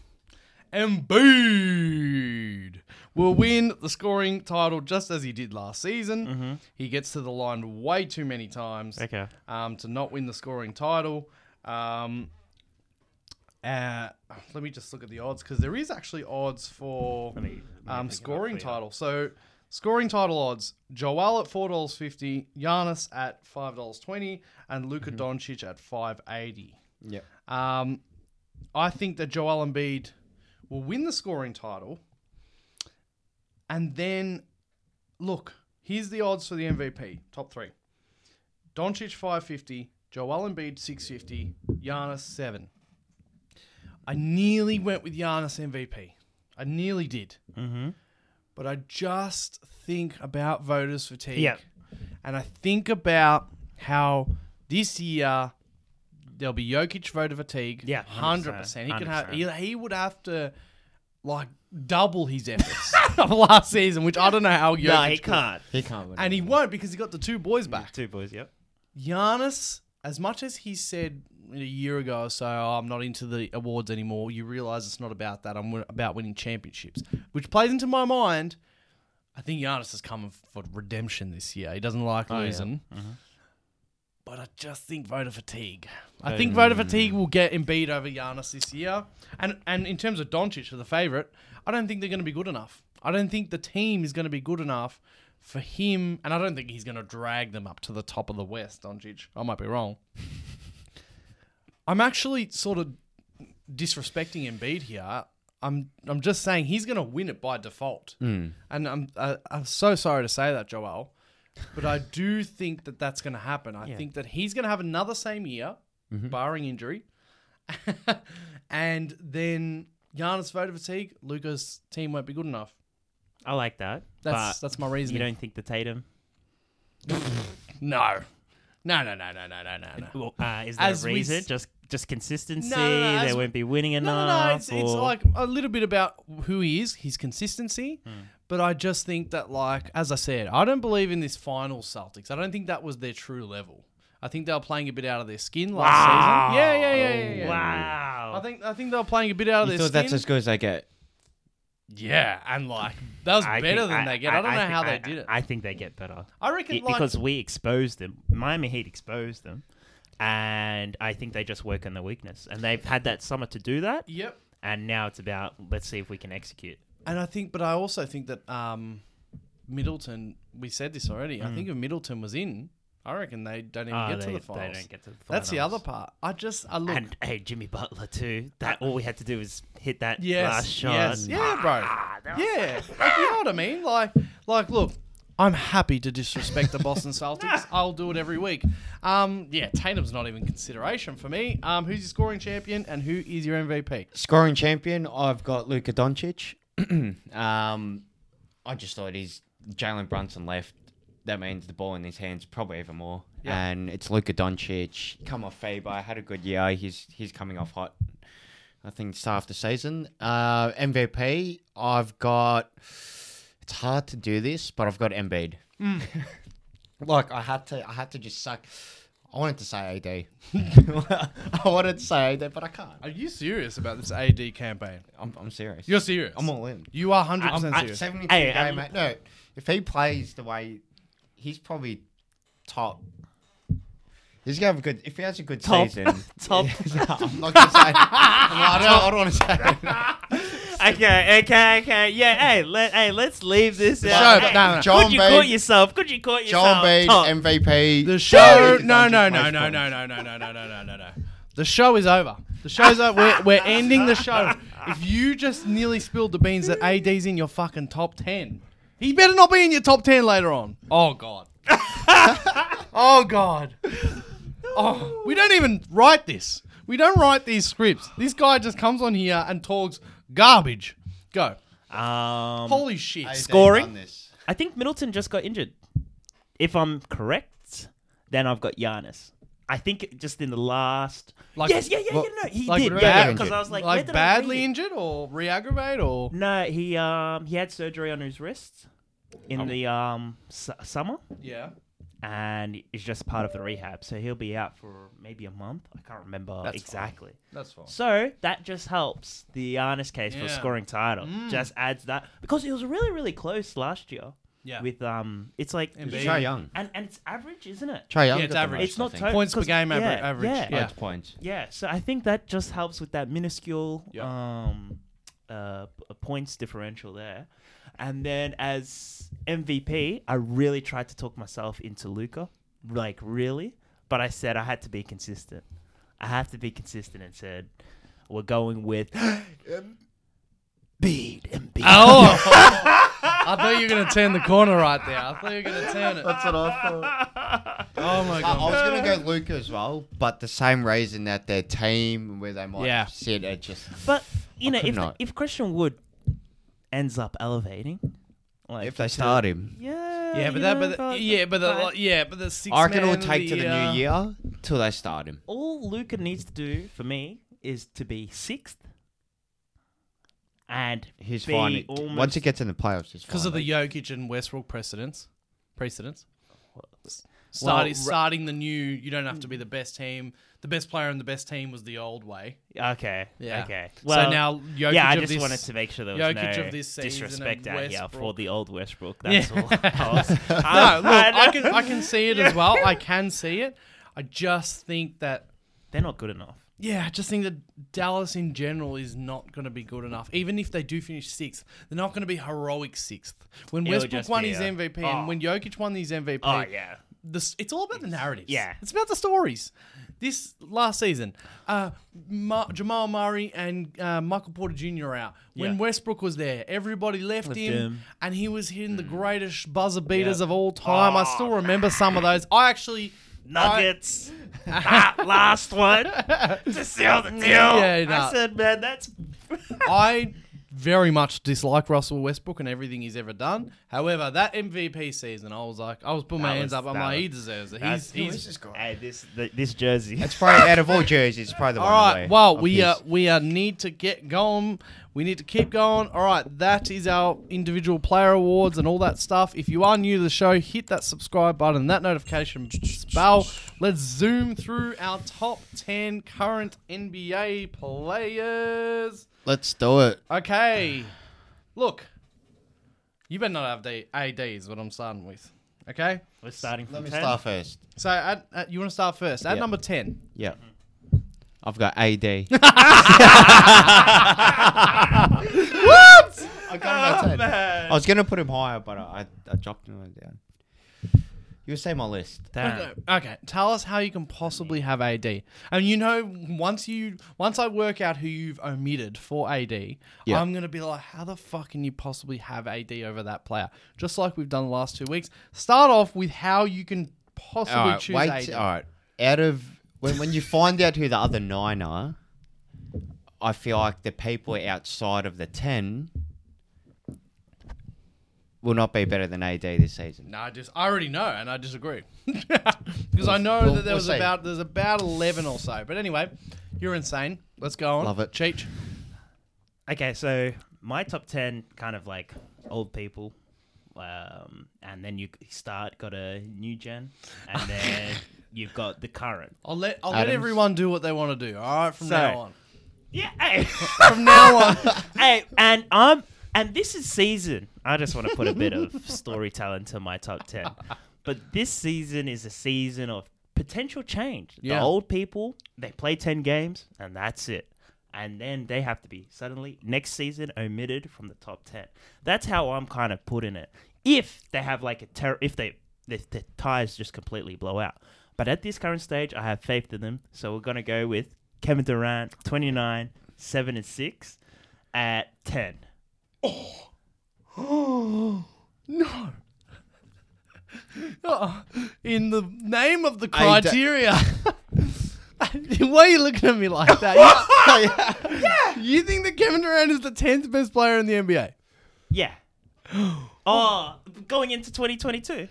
Speaker 1: Embiid will win the scoring title just as he did last season.
Speaker 3: Mm-hmm.
Speaker 1: He gets to the line way too many times
Speaker 2: Okay.
Speaker 1: um, to not win the scoring title. Um, uh, let me just look at the odds because there is actually odds for
Speaker 2: Let me- let me
Speaker 1: um,
Speaker 2: pick it up
Speaker 1: scoring
Speaker 2: for you.
Speaker 1: title. So scoring title odds: Joel at four dollars fifty, Giannis at five dollars twenty, and Luka
Speaker 2: Mm-hmm.
Speaker 1: Doncic at five eighty.
Speaker 3: Yep.
Speaker 1: Um, I think that Joel Embiid will win the scoring title, and then look, here's the odds for the MVP top three: Doncic five fifty, Joel Embiid six fifty, Giannis seven. I nearly went with Giannis MVP. I nearly did,
Speaker 2: Mm-hmm.
Speaker 1: but I just think about voters' fatigue,
Speaker 2: Yeah.
Speaker 1: and I think about how this year. There'll be Jokic voter fatigue.
Speaker 2: Yeah,
Speaker 1: hundred percent. He could have.
Speaker 2: 100%.
Speaker 1: He, he would have to like double his
Speaker 2: [LAUGHS]
Speaker 1: efforts of last season, which I don't know how Jokic.
Speaker 2: No, he can't.
Speaker 3: He can't win.
Speaker 1: And he won't because he got the two boys back.
Speaker 2: Two boys, yep.
Speaker 1: Giannis, as much as he said a year ago or so, oh, I'm not into the awards anymore, you realize it's not about that. I'm wi- about winning championships, which plays into my mind. I think Giannis is coming for redemption this year. He doesn't like
Speaker 2: Oh,
Speaker 1: losing. But I just think voter fatigue. I think voter fatigue will get Embiid over Giannis this year. And and in terms of Doncic for the favorite, I don't think they're going to be good enough. I don't think the team is going to be good enough for him. And I don't think he's going to drag them up to the top of the West, Doncic. I might be wrong. [LAUGHS] I'm actually sort of disrespecting Embiid here. I'm I'm just saying he's going to win it by default. And I'm I, I'm so sorry to say that, Joel, but I do think that that's going to happen. I think that he's going to have another same year,
Speaker 2: Mm-hmm.
Speaker 1: barring injury, [LAUGHS] and then Giannis voter fatigue. Luca's team won't be good enough.
Speaker 2: I like that.
Speaker 1: That's
Speaker 2: but
Speaker 1: that's my reasoning.
Speaker 2: you don't think the Tatum
Speaker 1: [LAUGHS] no. No, no, no, no, no, no, no, no.
Speaker 2: Well, uh, is there
Speaker 1: As
Speaker 2: a
Speaker 1: we
Speaker 2: reason?
Speaker 1: s-
Speaker 2: just just consistency.
Speaker 1: No, no, no,
Speaker 2: they
Speaker 1: as-
Speaker 2: won't be winning
Speaker 1: No,
Speaker 2: enough.
Speaker 1: no, no. It's, it's
Speaker 2: or-
Speaker 1: like a little bit about who he is, his consistency.
Speaker 2: Hmm.
Speaker 1: But I just think that, like, as I said, I don't believe in this final Celtics. I don't think that was their true level. I think they were playing a bit out of their skin last season. Yeah, yeah, yeah,
Speaker 2: Oh.
Speaker 1: yeah. yeah.
Speaker 2: Ah. wow.
Speaker 1: I think I think they were playing a bit out of their
Speaker 3: you thought
Speaker 1: skin.
Speaker 3: that's as good as they get.
Speaker 1: yeah, and
Speaker 2: [LAUGHS]
Speaker 1: like that was
Speaker 2: I
Speaker 1: better
Speaker 2: think-
Speaker 1: than they get. I, don't know
Speaker 2: think-
Speaker 1: how
Speaker 2: I-
Speaker 1: they did it. I,
Speaker 2: I think they get better
Speaker 1: reckon
Speaker 2: It-
Speaker 1: like
Speaker 2: because we exposed them. Miami Heat exposed them, and I think they just work on their weakness. And they've had that summer to do that,
Speaker 1: yep.
Speaker 2: and now it's about let's see if we can execute.
Speaker 1: And I think, but I also think that um, Middleton. We said this already. I think if Middleton was in, I reckon they don't even
Speaker 2: Ah,
Speaker 1: get
Speaker 2: Hmm. they,
Speaker 1: to the
Speaker 2: they
Speaker 1: finals.
Speaker 2: don't get to the finals.
Speaker 1: That's the other part. I just I look.
Speaker 2: And hey, Jimmy Butler too. That all we had to do was hit that
Speaker 1: Yes,
Speaker 2: last shot.
Speaker 1: yes, yeah, bro, yeah. you know what I mean? Like, like, look, I'm happy to disrespect the Boston Celtics. I'll do it every week. Um, yeah, Tatum's not even consideration for me. Um, who's your scoring champion and who is your MVP?
Speaker 3: Scoring champion, I've got
Speaker 1: [CLEARS THROAT]
Speaker 3: Luka Doncic. um, I just thought he's Jalen Brunson left. That means the ball in his hands probably even more.
Speaker 1: Yeah.
Speaker 3: And it's Luka Doncic. Come off Faber, had a good year. He's he's coming off hot. I think start of the season. Uh, MVP, I've got. It's hard to do this, but I've got Embiid.
Speaker 1: Mm.
Speaker 3: [LAUGHS] Like I had to, I had to just suck. I wanted to say AD. [LAUGHS] I wanted to say AD, but I can't.
Speaker 1: Are you serious about this AD campaign?
Speaker 3: I'm, I'm serious.
Speaker 1: You're serious.
Speaker 3: I'm all in.
Speaker 1: You are hundred percent
Speaker 2: I-
Speaker 1: serious.
Speaker 3: 72
Speaker 2: Hey,
Speaker 3: game,
Speaker 2: I'm-
Speaker 3: mate. No, if he plays the way he's probably top. He's gonna have a good. If he has a good
Speaker 2: Top.
Speaker 3: season, [LAUGHS]
Speaker 2: Top.
Speaker 3: I'm not gonna say. I'm not- I don't, I don't want to say.
Speaker 2: Okay, okay, okay. Yeah, hey, let hey, let's leave this
Speaker 1: show,
Speaker 2: out.
Speaker 1: but
Speaker 2: Hey,
Speaker 1: no, no.
Speaker 3: John
Speaker 2: could you
Speaker 3: Bade-
Speaker 2: caught yourself? Could you caught yourself?
Speaker 3: John Bede
Speaker 2: Top.
Speaker 3: MVP.
Speaker 1: The show.
Speaker 3: Doncic
Speaker 1: No, no, no,
Speaker 3: most
Speaker 1: no, no,
Speaker 3: points.
Speaker 1: no, no, no, no, no, no, no, no. The show is over. The show's over. We're, we're ending the show. If you just nearly spilled the beans that AD's in your fucking top 10, he better not be in your top 10 later on. Oh,
Speaker 2: [LAUGHS]
Speaker 1: God. oh, God. Oh, we don't even write this. We don't write these scripts. This guy just comes on here and talks garbage. Go.
Speaker 2: Um,
Speaker 1: Holy shit.
Speaker 3: They've
Speaker 2: Scoring?
Speaker 3: done this.
Speaker 2: I think Middleton just got injured. If I'm correct, then I've got Giannis. I think it- just in the last.
Speaker 1: Like-
Speaker 2: yes, yeah, yeah,
Speaker 1: Well,
Speaker 2: yeah. No, he
Speaker 1: like
Speaker 2: did.
Speaker 1: bad-
Speaker 2: Yeah, because I was like,
Speaker 1: Like,
Speaker 2: where did I
Speaker 1: badly
Speaker 2: read it?
Speaker 1: injured or re aggravate or.
Speaker 2: No, he um he had surgery on his wrist in
Speaker 1: Oh.
Speaker 2: the um su- summer,
Speaker 1: Yeah.
Speaker 2: and it's just part of the rehab. So he'll be out for maybe a month. I can't remember
Speaker 1: That's fine.
Speaker 2: exactly.
Speaker 1: That's fine.
Speaker 2: So that just helps the Giannis case
Speaker 1: Yeah. Mm.
Speaker 2: for scoring title. Just adds that because it was really really close last year.
Speaker 1: Yeah.
Speaker 2: With um, it's like
Speaker 1: Embiid.
Speaker 3: Trae Young.
Speaker 2: and and it's average, isn't it?
Speaker 3: Trae Young.
Speaker 1: Yeah, it's
Speaker 3: got the
Speaker 1: average.
Speaker 3: most,
Speaker 2: It's
Speaker 3: I
Speaker 2: not
Speaker 3: think.
Speaker 2: total
Speaker 1: Points per game aver-
Speaker 2: yeah,
Speaker 1: average,
Speaker 2: Yeah.
Speaker 1: yeah.
Speaker 2: yeah,
Speaker 3: Most points.
Speaker 2: So I think that just helps with that minuscule
Speaker 1: Yeah.
Speaker 2: um uh p- points differential there. And then as MVP, I really tried to talk myself into Luca, like really, but I said I had to be consistent. I have to be consistent and said we're going with Embiid, Embiid.
Speaker 1: Oh, [LAUGHS] I thought you were gonna turn the corner right there. I thought you were gonna turn it.
Speaker 3: That's what I thought.
Speaker 1: [LAUGHS] Oh my
Speaker 3: I, I
Speaker 1: god.
Speaker 3: was gonna go Luke as well, but the same reason that their team where they might
Speaker 1: Yeah.
Speaker 3: sit at just
Speaker 2: But you know,
Speaker 3: could
Speaker 2: if
Speaker 3: not.
Speaker 2: if Christian Wood ends up elevating, like
Speaker 3: if they
Speaker 2: into-
Speaker 3: start him.
Speaker 2: yeah,
Speaker 1: Yeah,
Speaker 2: you
Speaker 1: but that,
Speaker 2: know,
Speaker 1: but the, yeah, but the, like, yeah, but the six.
Speaker 3: I reckon it
Speaker 1: man,
Speaker 3: will take to the
Speaker 1: uh,
Speaker 3: new year till they start him.
Speaker 2: all Luca needs to do for me is to be sixth, and
Speaker 3: He's
Speaker 2: be
Speaker 3: fine.
Speaker 2: Almost,
Speaker 3: Once he gets in the playoffs, he's
Speaker 1: Because
Speaker 3: fine.
Speaker 1: of the Jokic and Westbrook precedents, precedents.
Speaker 2: Well,
Speaker 1: Starting,
Speaker 2: ra-
Speaker 1: starting the new, you don't have to be the best team. The best player in the best team was the old way.
Speaker 2: okay,
Speaker 1: Yeah.
Speaker 2: okay.
Speaker 1: so now Jokic
Speaker 2: yeah, I
Speaker 1: of
Speaker 2: just
Speaker 1: this,
Speaker 2: wanted to make sure there was
Speaker 1: Jokic
Speaker 2: no
Speaker 1: of this season
Speaker 2: disrespect
Speaker 1: and
Speaker 2: out here for
Speaker 1: Westbrook.
Speaker 2: the old
Speaker 1: [LAUGHS]
Speaker 2: Westbrook. That's
Speaker 1: Yeah.
Speaker 2: all. I was-
Speaker 1: No,
Speaker 2: [LAUGHS] I-
Speaker 1: look, I can I can see it
Speaker 2: [LAUGHS]
Speaker 1: as well. I can see it. I just think that
Speaker 2: They're not good enough.
Speaker 1: yeah, I just think that Dallas in general is not going to be good enough. Even if they do finish sixth, they're not going to be heroic sixth. When
Speaker 2: It'll
Speaker 1: Westbrook
Speaker 2: just
Speaker 1: won
Speaker 2: be
Speaker 1: his
Speaker 2: a-
Speaker 1: MVP
Speaker 2: Oh.
Speaker 1: and when Jokic won his MVP,
Speaker 2: Oh yeah,
Speaker 1: this it's all about the narratives.
Speaker 2: yeah.
Speaker 1: it's about the stories. This last season, uh, Ma- Jamal Murray and uh, Michael Porter Jr. are out. When
Speaker 2: Yeah.
Speaker 1: Westbrook was there, everybody left him,
Speaker 2: him.
Speaker 1: and he was hitting the greatest buzzer beaters
Speaker 2: Yep.
Speaker 1: of all time. I
Speaker 2: Mm. Oh,
Speaker 1: still remember some of those. I actually.
Speaker 2: Nuggets. that
Speaker 1: [LAUGHS]
Speaker 2: last one to seal the deal.
Speaker 1: Yeah, nah.
Speaker 2: I said, man, that's [LAUGHS]
Speaker 1: I very much dislike Russell Westbrook and everything he's ever done. However, that MVP season, I was like, I was putting my
Speaker 2: That
Speaker 1: hands
Speaker 2: was-
Speaker 1: up. I'm
Speaker 2: that
Speaker 1: like,
Speaker 2: was-
Speaker 1: he deserves it.
Speaker 2: that's-
Speaker 1: He's, he's
Speaker 2: Hey, this the, this jersey.
Speaker 3: It's probably out of all jerseys, it's probably the
Speaker 1: All
Speaker 3: one.
Speaker 1: right.
Speaker 3: away
Speaker 1: Well,
Speaker 3: of
Speaker 1: we
Speaker 3: his.
Speaker 1: uh, we uh, need to get going. We need to keep going. All right. That is our individual player awards and all that stuff. If you are new to the show, hit that subscribe button, that notification bell. Let's zoom through our top ten current NBA players.
Speaker 3: let's do it.
Speaker 1: Okay. Look, you better not have the AD is what I'm starting with. Okay.
Speaker 2: We're starting from
Speaker 3: Let me
Speaker 2: 10.
Speaker 3: start first.
Speaker 1: So at, at, you want to start first at
Speaker 3: Yeah.
Speaker 1: number ten.
Speaker 3: Yeah.
Speaker 1: Mm-hmm.
Speaker 3: I've got [LAUGHS] AD.
Speaker 1: What?
Speaker 3: I got him at 10.
Speaker 2: Oh, man.
Speaker 3: I was gonna put him higher, but I, I, I dropped him down. You say my list.
Speaker 2: Damn.
Speaker 1: Okay, [LAUGHS] okay, tell us how you can possibly have AD. And you know, once you once I work out who you've omitted for AD,
Speaker 3: Yeah.
Speaker 1: I'm gonna be like, how the fuck can you possibly have AD over that player? Just like we've done the last two weeks. Start off with how you can possibly
Speaker 3: All right,
Speaker 1: choose
Speaker 3: wait.
Speaker 1: AD.
Speaker 3: All right, out of when when you find out who the other nine are, I feel like the people outside of the ten will not be better than AD this season.
Speaker 1: No, I just I already know, and I disagree [LAUGHS] because I know
Speaker 3: We'll-
Speaker 1: that there
Speaker 3: we'll
Speaker 1: was
Speaker 3: see.
Speaker 1: about there's about eleven or so. But anyway, you're insane. Let's go on.
Speaker 3: Love it.
Speaker 1: Cheech.
Speaker 2: Okay, so my top ten kind of like old people, um, and then you start got a new gen, [LAUGHS] and then you've got the current.
Speaker 1: I'll let I'll let
Speaker 3: Adams.
Speaker 1: everyone do what they want to do. All right, from
Speaker 2: So-
Speaker 1: now on.
Speaker 2: Yeah, [LAUGHS] hey,
Speaker 1: From now
Speaker 3: [LAUGHS]
Speaker 1: on.
Speaker 2: hey, and I'm and this is season. I just want to put a bit of [LAUGHS] storytelling to my top ten, but this season is a season of potential change.
Speaker 1: Yeah.
Speaker 2: The old people they play ten games and that's it. And then they have to be suddenly next season omitted from the top ten. That's how I'm kind of putting it. If they have like a ter- if they if the tires just completely blow out. But at this current stage, I have faith in them. So we're gonna go with Kevin Durant, 29, seven and six, at ten.
Speaker 1: No. Oh, in the name of the criteria. [LAUGHS] Why are you looking at me
Speaker 5: [LAUGHS]
Speaker 1: like that? You, you think that Kevin Durant is the 10th best player in the NBA? [GASPS]
Speaker 2: Yeah. oh, going into 2022.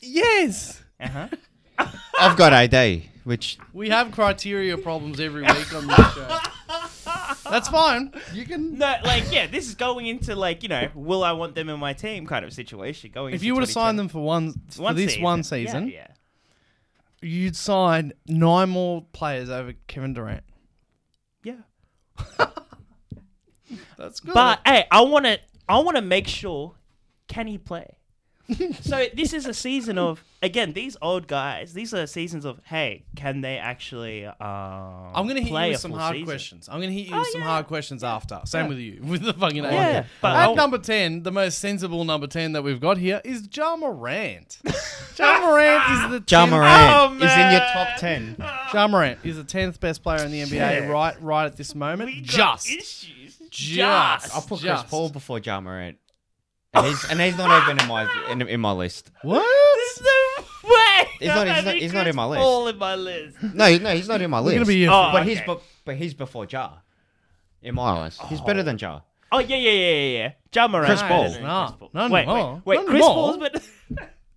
Speaker 1: Yes.
Speaker 2: Uh huh.
Speaker 3: I've got AD, which
Speaker 1: We have criteria problems every week on this show. That's fine. You can.
Speaker 2: [LAUGHS] No, like yeah, this is going into like you know, will I want them in my team kind of situation. Going
Speaker 1: If
Speaker 2: into
Speaker 1: you would have signed
Speaker 2: 2020.
Speaker 1: them for one, for this one season,
Speaker 2: yeah,
Speaker 1: you'd sign nine more players over Kevin Durant.
Speaker 2: yeah. yeah.
Speaker 1: That's good.
Speaker 2: But hey, I want to I want to make sure can
Speaker 1: [LAUGHS]
Speaker 2: he play? so this is a season of again these old guys. These are seasons of hey, can they actually? Um,
Speaker 1: I'm gonna hit
Speaker 2: play
Speaker 1: you with
Speaker 2: a
Speaker 1: some
Speaker 2: full
Speaker 1: hard
Speaker 2: season?
Speaker 1: questions. I'm gonna hit you
Speaker 2: Oh,
Speaker 1: with some
Speaker 2: yeah.
Speaker 1: hard questions after. Same with you with the fucking A.
Speaker 2: Yeah, but
Speaker 1: At
Speaker 2: I'll-
Speaker 1: number ten, the most sensible number ten that we've got here is Ja
Speaker 2: [LAUGHS]
Speaker 1: Morant. ja Morant is the
Speaker 3: Ja
Speaker 1: 10th
Speaker 2: Oh,
Speaker 3: Morant is in your
Speaker 2: man.
Speaker 3: top ten.
Speaker 1: Ja Ah. Morant is the tenth best player in the NBA
Speaker 2: Shit.
Speaker 1: right right at this moment.
Speaker 2: We got
Speaker 1: Just
Speaker 2: issues.
Speaker 1: Just.
Speaker 3: I'll put Chris
Speaker 1: Just.
Speaker 3: Paul before Ja Morant.
Speaker 5: and he's and he's not even in my in, in my list.
Speaker 1: What?
Speaker 2: There's no way.
Speaker 5: He's not- he's not-
Speaker 2: I'm having
Speaker 5: he's not
Speaker 2: Chris
Speaker 5: in my list.
Speaker 2: Paul in my [LAUGHS] list.
Speaker 5: No, no, he's not in my
Speaker 1: We're
Speaker 5: list.
Speaker 1: gonna be here.
Speaker 2: Oh,
Speaker 5: but
Speaker 2: okay.
Speaker 5: he's be, but he's before Jar. In my list, he's better than Jar.
Speaker 2: Oh yeah, yeah, yeah, yeah, yeah. John Moran.
Speaker 5: Chris Paul.
Speaker 1: Nah, not
Speaker 2: wait,
Speaker 1: anymore.
Speaker 2: wait, wait.
Speaker 1: Not
Speaker 2: Chris
Speaker 1: anymore.
Speaker 2: Paul's but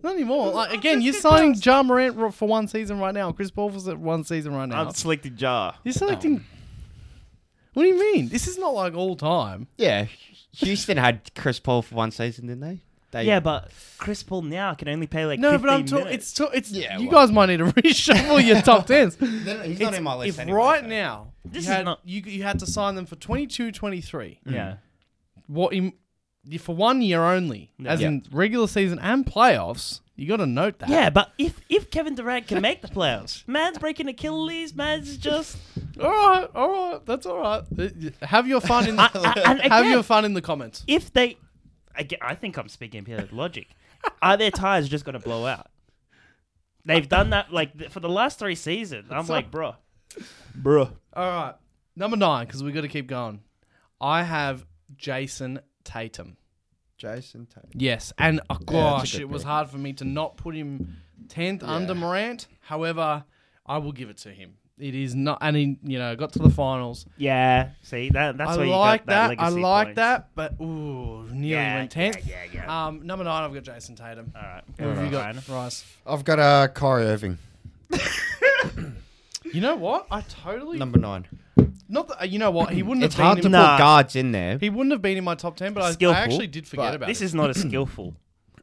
Speaker 1: Not anymore. Like, again,
Speaker 2: Chris
Speaker 1: you're
Speaker 2: Paul.
Speaker 1: signing John Morant ro- for one season right now. Chris Paul was at one season right now.
Speaker 2: I'm selecting Jar.
Speaker 1: you're selecting. What do you mean? This is not like all time.
Speaker 5: Yeah, Houston had Chris Paul for one season, didn't they? they
Speaker 2: Yeah, but Chris Paul now can only play like
Speaker 1: No,
Speaker 2: 15
Speaker 1: but I'm talking.
Speaker 2: minutes.
Speaker 1: It's to- it's.
Speaker 5: Yeah,
Speaker 1: you
Speaker 5: well.
Speaker 1: guys might need to [LAUGHS] reshuffle your top tens.
Speaker 5: Then he's
Speaker 1: It's-
Speaker 5: not in my list.
Speaker 1: If
Speaker 5: anyway,
Speaker 1: [LAUGHS] right
Speaker 5: so.
Speaker 1: now
Speaker 2: This is
Speaker 1: you had,
Speaker 2: not-
Speaker 1: you you had to sign them for 22, 23,
Speaker 5: Hmm.
Speaker 2: yeah.
Speaker 1: what in, for one year only,
Speaker 2: Yeah.
Speaker 1: as in regular season and playoffs, you got to note that.
Speaker 2: Yeah, but if if Kevin Durant can make the playoffs, [LAUGHS] man's breaking Achilles, man's just
Speaker 1: All right, all right, that's all right. Uh, y- Have your fun in
Speaker 2: [LAUGHS] I- I-
Speaker 5: [LAUGHS]
Speaker 2: and
Speaker 1: have
Speaker 2: again-
Speaker 1: your fun in the comments.
Speaker 2: if they, I, ge- I think I'm speaking pure logic. Are their tires just going to blow out? They've done that like th- for the last three seasons. I'm
Speaker 1: So-
Speaker 2: like, bro, bro.
Speaker 1: All right, number nine because we got to keep going. I have Jason Tatum.
Speaker 3: Jason Tatum.
Speaker 1: Yes, and oh, gosh,
Speaker 3: good
Speaker 1: it was
Speaker 3: pick.
Speaker 1: hard for me to not put him tenth under Morant. However, I will give it to him. It is not, and he, you know, got to the finals.
Speaker 2: Yeah, see that. That's
Speaker 1: I
Speaker 2: where you
Speaker 1: like
Speaker 2: got that.
Speaker 1: I
Speaker 2: legacy
Speaker 1: like
Speaker 2: points.
Speaker 1: that, but ooh, nearly
Speaker 2: Yeah,
Speaker 1: went tenth.
Speaker 2: yeah, yeah, Uh,
Speaker 1: Um, number nine, I've got Jason Tatum.
Speaker 2: All right.
Speaker 1: Who have you got,
Speaker 2: Fine.
Speaker 1: Rice?
Speaker 3: I've got uh, Kyrie Irving.
Speaker 1: You know what? I totally
Speaker 5: number nine.
Speaker 1: not. That, uh, you know what? He wouldn't
Speaker 5: It's
Speaker 1: have been.
Speaker 5: hard to
Speaker 1: in,
Speaker 5: put
Speaker 2: Nah.
Speaker 5: guards in there.
Speaker 1: He wouldn't have been in my top ten, but I, I
Speaker 2: Skillful,
Speaker 1: actually did forget
Speaker 3: but
Speaker 1: about
Speaker 2: This
Speaker 1: it.
Speaker 2: is not a skillful.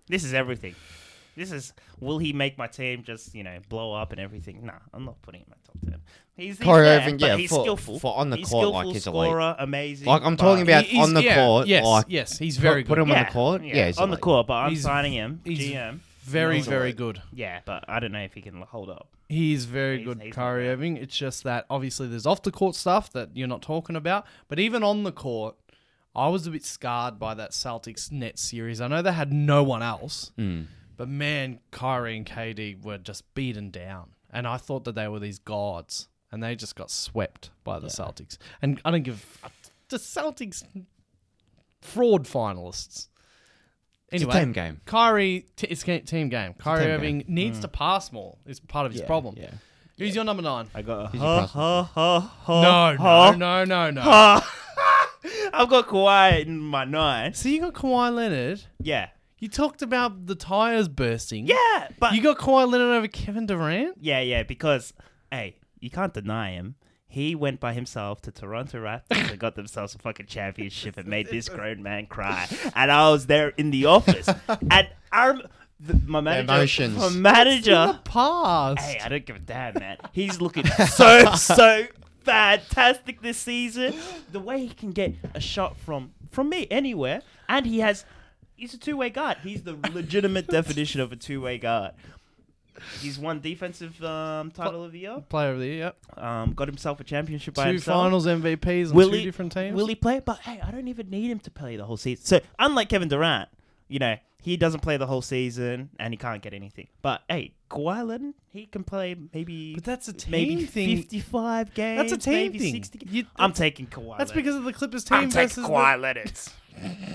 Speaker 2: This is everything. This is will he make my team just you know blow up and everything? Nah, I'm not putting him in my top ten. He's, he's
Speaker 3: Kyrie
Speaker 2: there,
Speaker 3: Irving,
Speaker 2: but
Speaker 3: yeah,
Speaker 2: he's
Speaker 3: for-
Speaker 2: skillful
Speaker 3: for on the
Speaker 2: he's
Speaker 3: court, like,
Speaker 2: skillful,
Speaker 3: he's elite.
Speaker 2: scorer, amazing.
Speaker 5: Like, I'm
Speaker 2: but-
Speaker 3: talking about
Speaker 1: He is-
Speaker 3: on the
Speaker 1: yeah,
Speaker 3: court,
Speaker 1: Yes,
Speaker 3: like,
Speaker 1: yes, he's very
Speaker 5: put
Speaker 1: good.
Speaker 5: him on the court. Yeah, he's
Speaker 2: on the
Speaker 5: elite.
Speaker 2: court, but I'm
Speaker 1: He's-
Speaker 2: signing him.
Speaker 1: he's-
Speaker 2: GM.
Speaker 1: very,
Speaker 3: He's
Speaker 1: very
Speaker 3: elite.
Speaker 1: good.
Speaker 2: Yeah, but I don't know if he can hold up.
Speaker 1: He's very
Speaker 2: He's-
Speaker 1: good,
Speaker 2: he's not
Speaker 1: Kyrie
Speaker 2: bad.
Speaker 1: Irving. It's just that obviously there's off the court stuff that you're not talking about, but even on the court, I was a bit scarred by that Celtics net series. I know they had no one else, but man, Kyrie and KD were just beaten down, and I thought that they were these gods, and they just got swept by the Celtics. And I don't give a- the Celtics fraud finalists.
Speaker 5: It's
Speaker 1: Anyway,
Speaker 5: a team game.
Speaker 1: Kyrie, t- it's a team game. Kyrie
Speaker 5: team
Speaker 1: Irving needs to pass more. It's part of his problem.
Speaker 5: Yeah.
Speaker 1: Who's your number nine?
Speaker 2: I got a
Speaker 5: your
Speaker 2: ha,
Speaker 5: pass?
Speaker 2: ha, ha, ha,
Speaker 1: No, no,
Speaker 2: ha,
Speaker 1: no, no, no.
Speaker 2: ha. [LAUGHS] I've got Kawhi in my nine.
Speaker 1: So you got Kawhi Leonard.
Speaker 2: Yeah,
Speaker 1: You talked about the tires bursting.
Speaker 2: yeah, but
Speaker 1: You got Kawhi Leonard over Kevin Durant.
Speaker 2: Yeah, yeah, because hey, you can't deny him. He went by himself to Toronto Raptors and got themselves a fucking championship and made this grown man cry. And I was there in the office, and I'm the, my manager.
Speaker 3: emotions.
Speaker 2: My
Speaker 1: In the
Speaker 2: manager.
Speaker 1: past.
Speaker 2: Hey, uh, I don't give a damn, man. He's looking
Speaker 1: [LAUGHS]
Speaker 2: so so fantastic this season. The way he can get a shot from from me anywhere, and he has. He's a two-way guard. He's the
Speaker 1: [LAUGHS]
Speaker 2: legitimate definition of a two-way guard. He's won defensive um, title of the year.
Speaker 1: Player of the year. Yep.
Speaker 2: Um, got himself a championship by
Speaker 1: Two
Speaker 2: himself.
Speaker 1: finals MVPs on
Speaker 2: Will
Speaker 1: two
Speaker 2: he-
Speaker 1: different teams.
Speaker 2: Will he play? But hey, I don't even need him to play the whole season. So unlike Kevin Durant, you know, he doesn't play the whole season and he can't get anything. But hey, Kawhi Leonard, he can play maybe.
Speaker 1: But that's a team
Speaker 2: maybe
Speaker 1: thing.
Speaker 2: Fifty-five games.
Speaker 1: That's a team
Speaker 2: maybe
Speaker 1: thing.
Speaker 2: 60
Speaker 1: You-
Speaker 2: I'm taking Kawhi.
Speaker 1: That's
Speaker 2: Leonard.
Speaker 1: because of the Clippers team
Speaker 2: I'm
Speaker 1: versus
Speaker 2: taking
Speaker 1: the-
Speaker 2: Kawhi Leonard.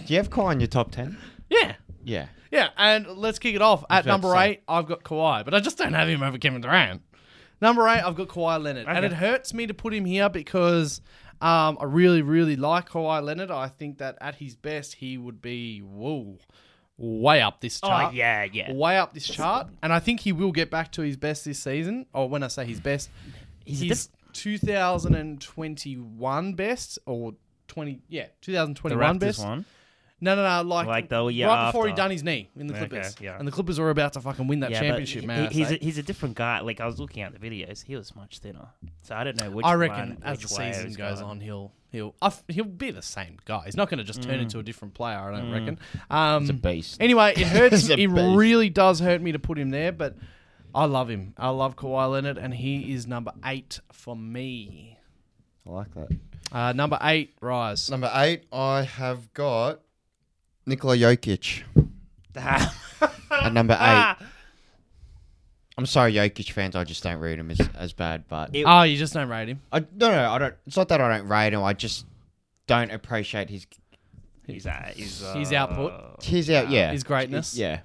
Speaker 5: Do you have Kawhi in your top ten?
Speaker 1: Yeah.
Speaker 5: Yeah.
Speaker 1: Yeah, and let's kick it off. At
Speaker 5: about
Speaker 1: number
Speaker 5: to say.
Speaker 1: eight, I've got Kawhi, but I just don't have him over Kevin Durant. Number eight, I've got Kawhi Leonard, and
Speaker 2: Okay.
Speaker 1: it hurts me to put him here because um, I really, really like Kawhi Leonard. I think that at his best, he would be whoa, way up this
Speaker 2: Oh
Speaker 1: chart,
Speaker 2: yeah, yeah.
Speaker 1: way up this chart, and I think he will get back to his best this season. Or when I say his best,
Speaker 2: He's a
Speaker 1: his 2021 best or 20, yeah, 2021 best.
Speaker 2: one.
Speaker 1: No, no, no. Like,
Speaker 2: Like the year
Speaker 1: right before he
Speaker 2: after.
Speaker 1: done his knee in the
Speaker 2: Okay,
Speaker 1: Clippers,
Speaker 2: yeah.
Speaker 1: and the Clippers were about to fucking win that
Speaker 2: Yeah, but
Speaker 1: championship,
Speaker 2: he-
Speaker 1: man.
Speaker 2: He's a, he's a different guy. Like I was looking at the videos, he was much thinner. So I don't know which.
Speaker 1: I reckon
Speaker 2: one,
Speaker 1: as
Speaker 2: which
Speaker 1: the
Speaker 2: way it
Speaker 1: season
Speaker 2: was
Speaker 1: goes
Speaker 2: going.
Speaker 1: on, he'll he'll I f- he'll be the same guy. He's not going to just
Speaker 2: Mm.
Speaker 1: turn into a different player. I don't reckon. Um,
Speaker 5: beast.
Speaker 1: Anyway,
Speaker 5: [LAUGHS]
Speaker 1: it hurts.
Speaker 5: He's a
Speaker 1: it
Speaker 5: beast.
Speaker 1: really does hurt me to put him there, but I love him. I love Kawhi Leonard, and he is number eight for me.
Speaker 5: I like that.
Speaker 1: Uh, number eight, rise.
Speaker 3: Number eight, I have got Nikola Jokic
Speaker 2: [LAUGHS]
Speaker 5: At number eight,
Speaker 2: Ah,
Speaker 5: I'm sorry, Jokic fans. I just don't read him as, as bad. But
Speaker 2: It-
Speaker 1: Oh, you just don't rate him.
Speaker 5: I no no. I don't. It's not that I don't rate him. I just don't appreciate his
Speaker 2: He's out. He's, uh,
Speaker 1: His output.
Speaker 3: His out, yeah,
Speaker 1: His greatness.
Speaker 3: yeah.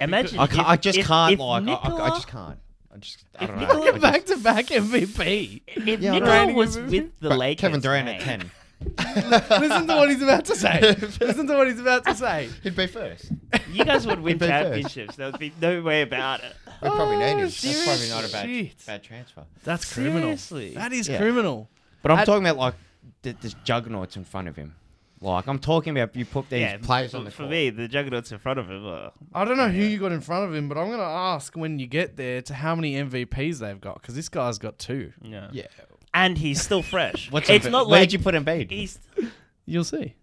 Speaker 2: Imagine.
Speaker 3: I, ca-
Speaker 2: if-
Speaker 3: I just
Speaker 2: if-
Speaker 3: can't
Speaker 2: if
Speaker 3: like. I- I, I
Speaker 2: Nicola-
Speaker 3: just can't. I just. I don't know.
Speaker 2: Nicola-
Speaker 3: I
Speaker 1: Look at
Speaker 3: just-
Speaker 1: back to back
Speaker 5: [LAUGHS]
Speaker 1: MVP.
Speaker 2: If
Speaker 3: Yeah, I
Speaker 2: Nicola
Speaker 3: know.
Speaker 2: was with the
Speaker 3: But
Speaker 2: Lakers,
Speaker 3: Kevin Durant
Speaker 2: mate,
Speaker 3: at ten. [LAUGHS]
Speaker 1: Listen to what he's about
Speaker 5: [LAUGHS]
Speaker 1: to say. Listen to what he's about to say.
Speaker 3: He'd be first.
Speaker 2: you guys would win
Speaker 3: He'd be first.
Speaker 2: championships. There would be no way about it.
Speaker 3: We probably need him. That's probably
Speaker 1: serious
Speaker 3: not a bad,
Speaker 1: shit.
Speaker 3: bad transfer.
Speaker 1: That's
Speaker 2: Seriously.
Speaker 1: That is
Speaker 3: Yeah.
Speaker 1: criminal.
Speaker 3: But I'm
Speaker 1: I'd-
Speaker 3: talking about like th- there's juggernauts in front of him. Like I'm talking about you put these players
Speaker 2: for,
Speaker 3: on the
Speaker 2: for
Speaker 3: court.
Speaker 2: me, the juggernauts in front of him. Uh,
Speaker 1: I don't know who you got in front of him, but I'm going to ask when you get there to how many MVPs they've got because this guy's got two.
Speaker 2: yeah.
Speaker 3: Yeah.
Speaker 2: and he's still fresh.
Speaker 3: [LAUGHS] What's
Speaker 2: it's
Speaker 3: Embiid-
Speaker 2: not
Speaker 3: Where'd
Speaker 2: like
Speaker 3: you put
Speaker 2: [LAUGHS]
Speaker 3: Embiid?
Speaker 2: he's
Speaker 1: You'll [LAUGHS] see.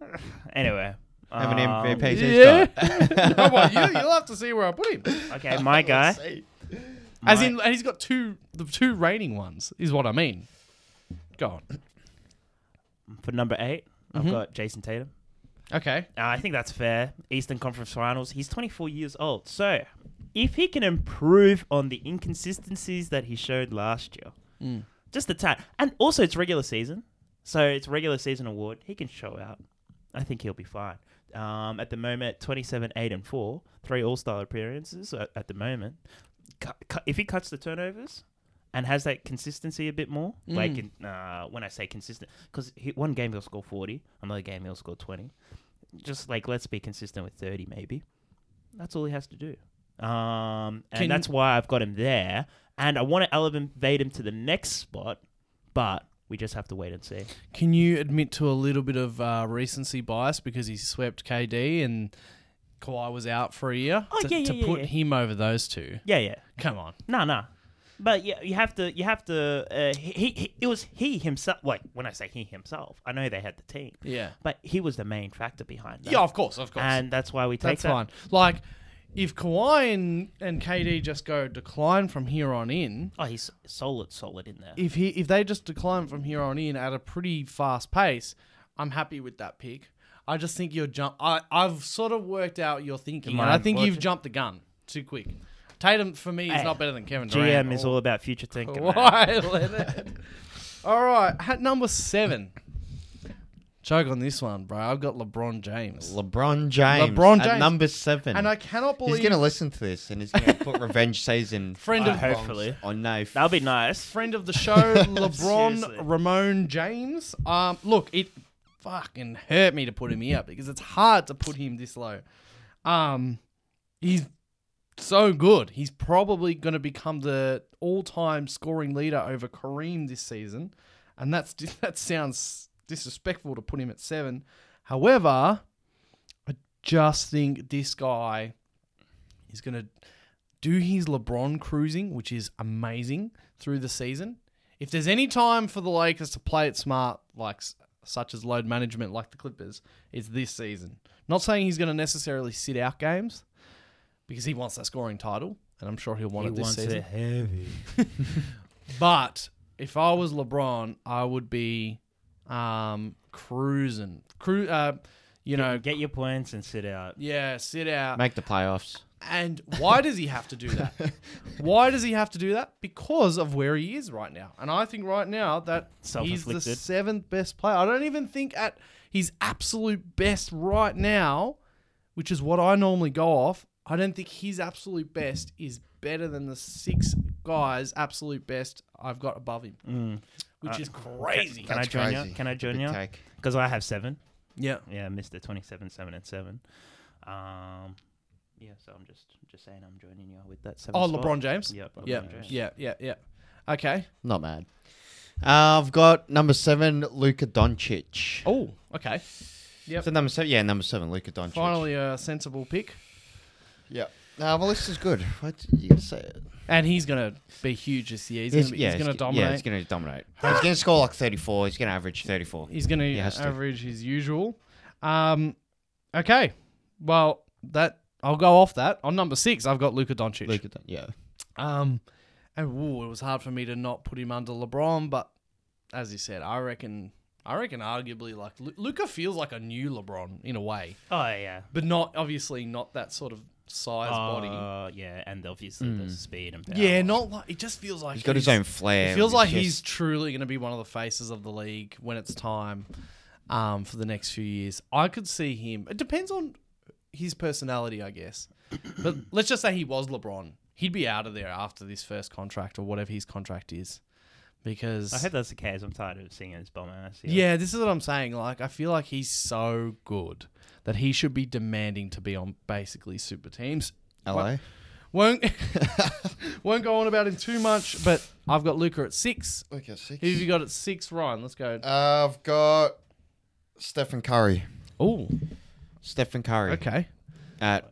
Speaker 2: anyway.
Speaker 3: How many
Speaker 2: um,
Speaker 3: MVPs
Speaker 1: yeah.
Speaker 3: [LAUGHS] he's got?
Speaker 1: How about you? You'll have to see where I put him.
Speaker 2: [LAUGHS] Okay,
Speaker 3: [LAUGHS]
Speaker 2: my guy.
Speaker 1: As
Speaker 2: My-
Speaker 1: in, and he's got two, the two reigning ones is what I mean. Go on. [CLEARS THROAT]
Speaker 2: for number 8 i
Speaker 3: Mm-hmm.
Speaker 2: I've got Jason Tatum.
Speaker 1: Okay.
Speaker 2: Uh, I think that's fair. Eastern Conference Finals. He's 24 years old. So, if he can improve on the inconsistencies that he showed last year,
Speaker 1: Mm.
Speaker 2: just a tad. And also, it's regular season. So, it's regular season award. He can show out. I think he'll be fine. Um, at the moment, 27, 8, and 4. Three All Star appearances at, at the moment. Cu- cu- if he cuts the turnovers and has that consistency a bit more, like in, uh, when I say consistent, because one game he'll score 40, another game he'll score 20 just like let's be consistent with 30 maybe that's all he has to do um and
Speaker 1: Can-
Speaker 2: that's why i've got him there and i want to elevate him to the next spot but we just have to wait and see
Speaker 1: Can you admit to a little bit of uh, recency bias because he swept KD and Kawhi was out for a year?
Speaker 2: Oh,
Speaker 1: to,
Speaker 2: yeah, yeah,
Speaker 1: to
Speaker 2: yeah,
Speaker 1: put
Speaker 2: yeah.
Speaker 1: him over those two.
Speaker 2: yeah yeah
Speaker 1: Come on.
Speaker 2: no no but yeah, you have to. You have to. Uh, he, he, he- It was he himself. Like when I say he himself, I know they had the team.
Speaker 1: Yeah.
Speaker 2: But he was the main factor behind that.
Speaker 1: Yeah, of course, of course.
Speaker 2: And that's why we take
Speaker 1: That's
Speaker 2: that.
Speaker 1: fine. Like, if Kawhi and, and KD just go decline from here on in,
Speaker 2: Oh, he's solid, solid in there.
Speaker 1: if he if they just decline from here on in at a pretty fast pace, I'm happy with that pick. I just think you're jump. I I've sort of worked out your thinking, and I
Speaker 2: Mind
Speaker 1: think you've
Speaker 2: watching.
Speaker 1: jumped the gun too quick. Tatum for me is
Speaker 2: Hey,
Speaker 1: not better than Kevin Durant.
Speaker 2: GM is
Speaker 1: or [LAUGHS]
Speaker 2: all about future thinking. man.
Speaker 1: Kawhi Leonard. all right, at number seven. Choke on this one, bro. I've got LeBron James,
Speaker 3: LeBron James.
Speaker 1: LeBron
Speaker 3: At
Speaker 1: James.
Speaker 3: number seven.
Speaker 1: and I cannot believe
Speaker 3: he's going to listen to this and he's going to
Speaker 1: [LAUGHS]
Speaker 3: put revenge season.
Speaker 1: Friend
Speaker 3: on
Speaker 1: of-
Speaker 3: Bongs
Speaker 2: Uh, Hopefully.
Speaker 3: On no.
Speaker 2: That'll be nice.
Speaker 1: friend of the show, LeBron
Speaker 2: Seriously.
Speaker 1: Ramon James. Um, look, it fucking hurt me to put him here because it's hard to put him this low. Um, he's so good. He's probably going to become the all-time scoring leader over Kareem this season, and that's [LAUGHS] that sounds disrespectful to put him at seven. However, I just think this guy is going to do his LeBron cruising, which is amazing through the season. If there's any time for the Lakers to play it smart, like s- such as load management, like the Clippers, it's this season. Not saying he's going to necessarily sit out games because he wants that scoring title, and I'm sure he'll want it this season.
Speaker 2: heavy.
Speaker 1: But if I was LeBron, I would be um, cruising, Cru- uh, you know,
Speaker 2: Get your points and sit out.
Speaker 1: yeah, sit out.
Speaker 3: Make the playoffs.
Speaker 1: And why does he have to do
Speaker 2: [LAUGHS]
Speaker 1: that? why does he have to do that? Because of where he is right now. And I think right now that he's the
Speaker 2: Self-inflicted.
Speaker 1: seventh best player. I don't even think at his absolute best right now, which is what I normally go off, I don't think his absolute best is better than the six guys' absolute best I've got above him, which
Speaker 2: Uh,
Speaker 1: is crazy.
Speaker 2: Can Mm. I
Speaker 3: That's
Speaker 2: join
Speaker 3: crazy.
Speaker 2: you? Can I join
Speaker 3: Big
Speaker 2: you?
Speaker 3: take.
Speaker 2: Because I have seven.
Speaker 1: yeah.
Speaker 2: Yeah, Mister Twenty Seven, seven and seven. Um, yeah. So I'm just just saying I'm joining you with that seven.
Speaker 1: Oh,
Speaker 2: spot.
Speaker 1: LeBron James?
Speaker 2: Yeah, LeBron
Speaker 1: Yeah.
Speaker 2: James.
Speaker 1: Yeah. Yeah. Yeah. Okay.
Speaker 3: Not bad. Uh, I've got number seven, Luka Doncic.
Speaker 1: Oh, okay. yep.
Speaker 3: So number seven, yeah, number seven, Luka Doncic.
Speaker 1: Finally, a sensible pick.
Speaker 3: yeah. Uh, well, this is good. What you gonna say?
Speaker 1: And he's gonna be huge this year. He's, gonna, be, he's gonna dominate.
Speaker 3: Yeah, he's gonna dominate. he's gonna score like thirty-four. He's gonna average thirty-four.
Speaker 1: he's gonna
Speaker 3: He has to.
Speaker 1: average his usual. Um, okay, well that I'll go off that on number six. I've got Luka Doncic.
Speaker 3: Luka, Don- yeah.
Speaker 1: Um, and ooh, it was hard for me to not put him under LeBron, but as you said, I reckon, I reckon, arguably, like Luca feels like a new LeBron in a way,
Speaker 2: Oh yeah.
Speaker 1: but not obviously not that sort of size body. Mm.
Speaker 2: Uh, yeah, and obviously the speed and power.
Speaker 1: Yeah, not like it just feels like
Speaker 3: He's got his own flair.
Speaker 1: It feels
Speaker 3: It's
Speaker 1: like
Speaker 3: just-
Speaker 1: he's truly going to be one of the faces of the league when it's time. um, for the next few years. I could see him. It depends on his personality, I guess.
Speaker 3: [CLEARS THROAT]
Speaker 1: But let's just say he was LeBron. He'd be out of there after this first contract or whatever his contract is, because
Speaker 2: I hope that's the case. I'm tired of seeing his bum ass.
Speaker 1: yeah, this is what I'm saying. Like, I feel like he's so good that he should be demanding to be on basically super teams.
Speaker 3: Hello.
Speaker 1: Won't [LAUGHS] won't go on about him too much, but I've got Luca at six.
Speaker 3: Okay, six.
Speaker 1: Who have you got at six, Ryan? Let's go.
Speaker 3: Uh, I've got Stephen Curry.
Speaker 1: oh,
Speaker 5: Stephen Curry
Speaker 1: okay.
Speaker 5: at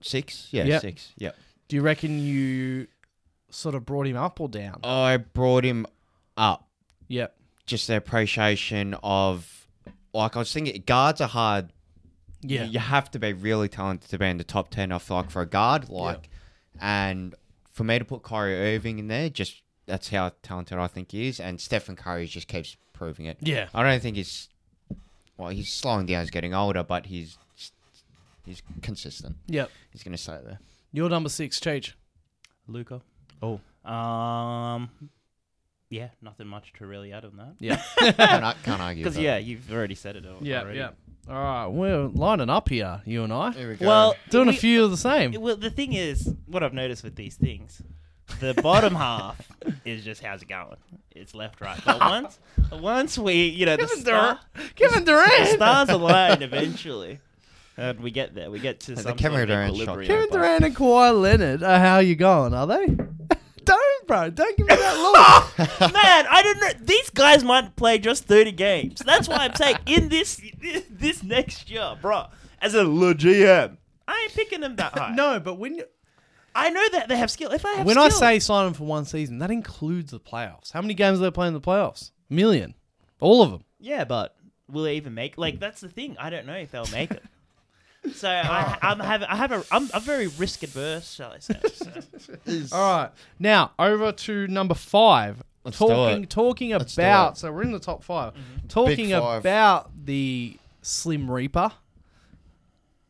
Speaker 5: six. Yeah,
Speaker 1: Yep.
Speaker 5: six. Yeah.
Speaker 1: Do you reckon you sort of brought him up or down?
Speaker 5: I brought him up
Speaker 1: yep.
Speaker 5: just the appreciation of like I was thinking guards are hard.
Speaker 1: Yeah.
Speaker 5: You have to be really talented to be in the top ten. I feel like for a guard, like, and for me to put Kyrie Irving in there, just that's how talented I think he is. And Stephen Curry just keeps proving it.
Speaker 1: Yeah.
Speaker 5: I don't think he's well, he's slowing down, he's getting older, but he's he's consistent.
Speaker 1: Yep.
Speaker 5: He's gonna stay
Speaker 2: [LAUGHS]
Speaker 5: there.
Speaker 1: You're number six, Cheech.
Speaker 2: Luca.
Speaker 1: Oh.
Speaker 2: Um. Yeah, nothing much to really add on that.
Speaker 1: Yeah.
Speaker 3: Can't, ar- can't argue.
Speaker 2: Because
Speaker 3: with
Speaker 2: yeah, you've already said it all. already.
Speaker 1: All right. We're lining up here, you and I.
Speaker 3: that. Here we go.
Speaker 2: Well,
Speaker 1: Doing a
Speaker 2: we-
Speaker 1: few of the same.
Speaker 2: Well, the thing is, what I've noticed with these things, the
Speaker 1: [LAUGHS]
Speaker 2: bottom half is just how's it going. It's left, right.
Speaker 1: [LAUGHS]
Speaker 2: But once, once we, you know, the,
Speaker 1: Kevin
Speaker 2: star,
Speaker 1: Durant. Kevin Durant.
Speaker 2: the
Speaker 1: [LAUGHS]
Speaker 2: stars align eventually, and we get there. We get to
Speaker 3: the
Speaker 2: some
Speaker 3: Kevin
Speaker 2: sort of
Speaker 3: Durant shot.
Speaker 2: equilibrium.
Speaker 1: Kevin
Speaker 2: but-
Speaker 1: Durant and Kawhi Leonard are how you going, are they? [LAUGHS] don't, bro. Don't give me that [LAUGHS] look.
Speaker 2: [LAUGHS] Man, I don't know. These guys might play just 30 games. That's why I'm saying in this this next year, bro, as a le GM, I ain't picking
Speaker 1: [LAUGHS]
Speaker 2: them that high.
Speaker 1: no, but when you,
Speaker 2: I know that they have skill. If I have
Speaker 1: when I
Speaker 2: skill-
Speaker 1: say sign him for one season, that includes the playoffs. How many games are they playing in the playoffs? A million. All of them.
Speaker 2: Yeah, but will they even make? Like that's the thing. I don't know if they'll make it. So I, I'm have I have a I'm, I'm very risk adverse, shall I say? So.
Speaker 1: All right. Now over to number five.
Speaker 3: do
Speaker 1: talking
Speaker 3: it.
Speaker 1: talking
Speaker 3: do
Speaker 1: about
Speaker 3: it. Mm-hmm.
Speaker 1: so we're in the top 5 Talking
Speaker 3: five.
Speaker 1: about the Slim Reaper.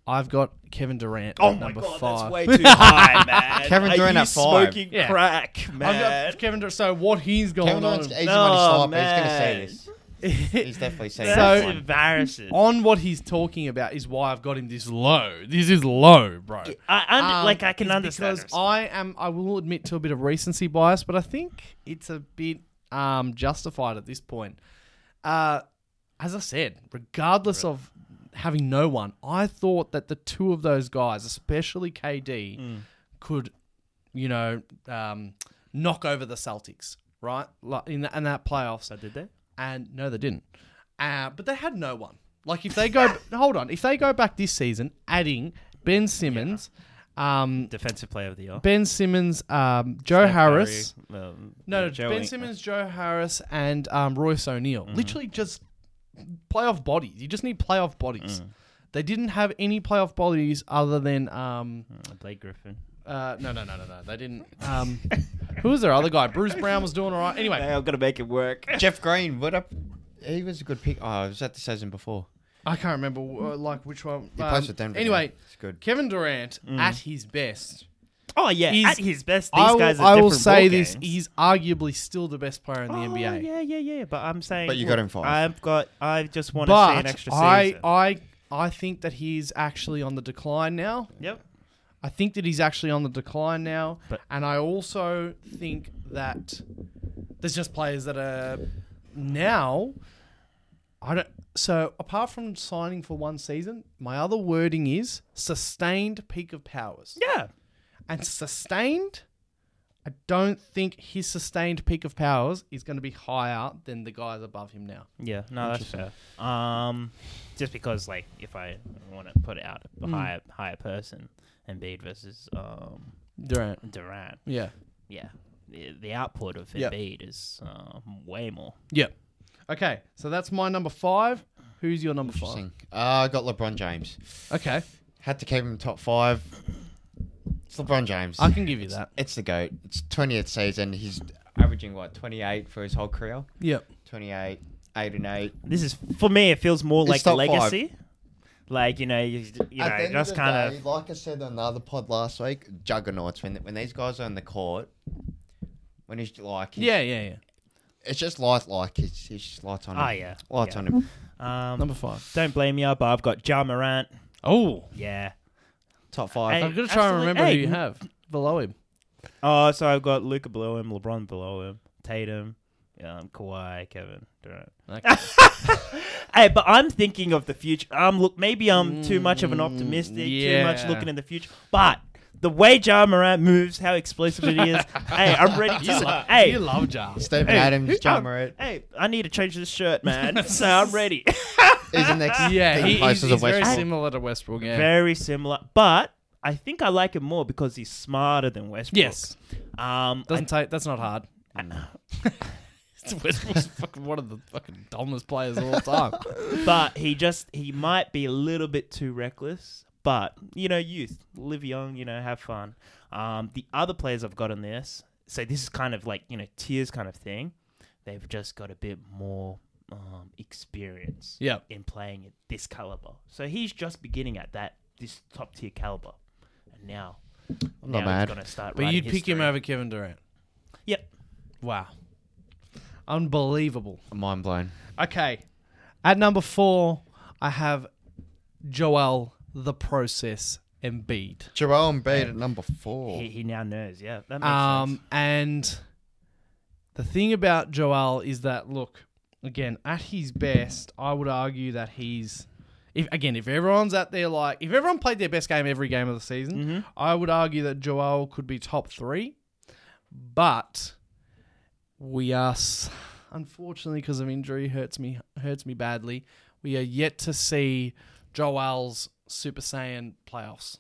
Speaker 1: I've got Kevin Durant.
Speaker 2: Oh
Speaker 1: at
Speaker 2: my
Speaker 1: number
Speaker 2: god,
Speaker 1: five.
Speaker 2: that's way [LAUGHS] too high, man.
Speaker 3: Kevin
Speaker 2: Are
Speaker 3: Durant
Speaker 2: you
Speaker 3: at five.
Speaker 2: smoking
Speaker 1: Yeah.
Speaker 2: crack,
Speaker 1: I've
Speaker 2: man.
Speaker 1: got Kevin Durant. So what he's going
Speaker 3: Kevin
Speaker 1: on?
Speaker 3: Durant's
Speaker 1: [LAUGHS]
Speaker 3: easy
Speaker 2: No,
Speaker 3: money sniper. He's gonna say
Speaker 2: Oh, man.
Speaker 3: this.
Speaker 1: and-
Speaker 3: He's definitely saying
Speaker 2: That's
Speaker 1: So-
Speaker 3: this. One.
Speaker 2: embarrassing.
Speaker 1: on what he's talking about is why I've got him this low. This is low, bro.
Speaker 2: I, I'm,
Speaker 1: Um,
Speaker 2: like I can
Speaker 1: is
Speaker 2: understand.
Speaker 1: because
Speaker 2: her.
Speaker 1: I am. I will admit to a bit of recency bias, but I think it's a bit um, justified at this point. Uh, as I said, regardless of having no one, I thought that the two of those guys, especially KD,
Speaker 2: Mm.
Speaker 1: could, you know, um, knock over the Celtics, right? Like in, in that playoffs
Speaker 2: So did they?
Speaker 1: and no, they didn't. Uh, but they had no one. Like if they
Speaker 3: [LAUGHS]
Speaker 1: go, hold on, if they go back this season, adding Ben Simmons, um,
Speaker 2: Defensive player of the year.
Speaker 1: Ben Simmons, um, Joe Harris, no,
Speaker 2: Joe
Speaker 1: Ben Simmons, Joe Harris, and um, Royce O'Neal.
Speaker 3: Mm-hmm.
Speaker 1: Literally just playoff bodies. You just need playoff bodies.
Speaker 3: Mm.
Speaker 1: They didn't have any playoff bodies other than um,
Speaker 3: Mm.
Speaker 2: Blake Griffin.
Speaker 1: uh, no, no, no, no, no. They didn't. Um, who was their other guy? Bruce Brown was doing all right. Anyway,
Speaker 2: I've got to make it work.
Speaker 5: Jeff Green, what up? He was a good pick. Oh, it was that the season before?
Speaker 1: I can't remember uh, like which one. He
Speaker 3: plays for Denver,
Speaker 1: Anyway,
Speaker 3: yeah. It's good.
Speaker 1: Kevin Durant at his best.
Speaker 2: Oh yeah,
Speaker 1: He's-
Speaker 2: at his best, Mm. these
Speaker 1: I will,
Speaker 2: guys are
Speaker 1: I will
Speaker 2: different
Speaker 1: say
Speaker 2: ball
Speaker 1: this:
Speaker 2: games.
Speaker 1: he's arguably still the best player in the NBA.
Speaker 2: Oh, Yeah, yeah, yeah. But I'm saying,
Speaker 3: But you got him five.
Speaker 2: I've got. I just want to see an
Speaker 1: But
Speaker 2: extra
Speaker 1: I,
Speaker 2: season.
Speaker 1: I, I think that he's actually on the decline now.
Speaker 2: yep.
Speaker 1: I think that he's actually on the decline now,
Speaker 2: But-
Speaker 1: and I also think that there's just players that are now. I don't. So apart from signing for one season, my other wording is sustained peak of powers.
Speaker 2: Yeah.
Speaker 1: and sustained. I don't think his sustained peak of powers is going to be higher than the guys above him now.
Speaker 2: Yeah. No, that's fair. Um, just because like if I want to put it out a
Speaker 1: Hmm.
Speaker 2: higher higher person, Embiid versus um
Speaker 1: Durant.
Speaker 2: Durant.
Speaker 1: Yeah.
Speaker 2: Yeah. The, the output of
Speaker 1: Yep.
Speaker 2: Embiid is um, way more.
Speaker 1: Yeah. Okay, so that's my number five. Who's your number five?
Speaker 3: Interesting. Uh, I got LeBron James.
Speaker 1: Okay,
Speaker 3: Had to keep him top five. It's LeBron James.
Speaker 1: I can give you that.
Speaker 3: It's the goat. It's 20th season. He's
Speaker 5: Averaging what, twenty eight for his whole career?
Speaker 1: Yeah.
Speaker 3: twenty eight, eight and eight.
Speaker 2: This is for me. It feels more
Speaker 3: It's
Speaker 2: like
Speaker 3: top five.
Speaker 2: legacy. Like you know, you, you know, just kind of.
Speaker 3: like I said on another pod last week, juggernauts. When when these guys are on the court, when he's like, he's-
Speaker 1: Yeah, yeah, yeah.
Speaker 3: it's just light like he's, he's just lights on.
Speaker 2: Oh
Speaker 3: him.
Speaker 2: yeah.
Speaker 3: lights
Speaker 2: yeah.
Speaker 3: on him.
Speaker 2: Um,
Speaker 1: Number five.
Speaker 2: Don't blame you, but I've got Ja Morant.
Speaker 1: Oh,
Speaker 2: Yeah.
Speaker 3: Top five.
Speaker 2: Hey.
Speaker 1: I'm gonna try and
Speaker 2: absolutely-
Speaker 1: remember
Speaker 2: hey.
Speaker 1: who you have below him.
Speaker 2: Oh, so I've got Luca below him, LeBron below him, Tatum, um, Kawhi, Kevin Durant.
Speaker 1: Okay.
Speaker 2: [LAUGHS] Hey, but I'm thinking of the future. Um, look, maybe I'm too much of an optimistic, too
Speaker 1: Mm, yeah.
Speaker 2: much looking in the future. But the way Ja Morant moves, how explosive it
Speaker 1: [LAUGHS]
Speaker 2: is. hey, I'm ready to. hey,
Speaker 1: you love Jar.
Speaker 2: [LAUGHS]
Speaker 3: Stephen
Speaker 2: hey,
Speaker 3: Adams, John
Speaker 2: I'm- [LAUGHS]
Speaker 3: Morant.
Speaker 2: hey, I need to change this
Speaker 1: [LAUGHS]
Speaker 2: shirt, man. so I'm ready.
Speaker 3: He's the next.
Speaker 1: Yeah,
Speaker 3: thing
Speaker 1: he, he's,
Speaker 3: closest to
Speaker 1: he's very
Speaker 3: Westbrook.
Speaker 1: similar to Westbrook. Yeah.
Speaker 2: Very similar, but I think I like him more because he's smarter than Westbrook.
Speaker 1: yes,
Speaker 2: Um, I
Speaker 1: doesn't take. That's not
Speaker 2: [LAUGHS]
Speaker 1: hard. Westbrook's fucking one of the fucking dumbest players of all
Speaker 2: [LAUGHS]
Speaker 1: time.
Speaker 2: but he just he might be a little bit too reckless. But you know, youth, live young, you know, have fun. Um, the other players I've got on this, so this is kind of like you know tears kind of thing. They've just got a bit more um, experience
Speaker 1: Yep.
Speaker 2: in playing at this caliber. So he's just beginning at that this top tier caliber, and now
Speaker 3: I'm not
Speaker 2: now
Speaker 3: mad.
Speaker 2: he's gonna start.
Speaker 1: But
Speaker 2: writing
Speaker 1: you'd pick him
Speaker 2: history.
Speaker 1: over Kevin Durant.
Speaker 2: Yep.
Speaker 1: Wow. Unbelievable.
Speaker 3: Mind blown.
Speaker 1: Okay. At number four, I have Joel the Process Embiid.
Speaker 3: Joel Embiid at number four.
Speaker 2: He, he now knows. Yeah, that makes sense.
Speaker 1: Um, and the thing about Joel is that look, again, at his best, I would argue that he's if again, if everyone's at their like if everyone played their best game every game of the season,
Speaker 2: Mm-hmm.
Speaker 1: I would argue that Joel could be top three. But we are s- unfortunately because of injury hurts me hurts me badly. We are yet to see Joel's Super Saiyan playoffs.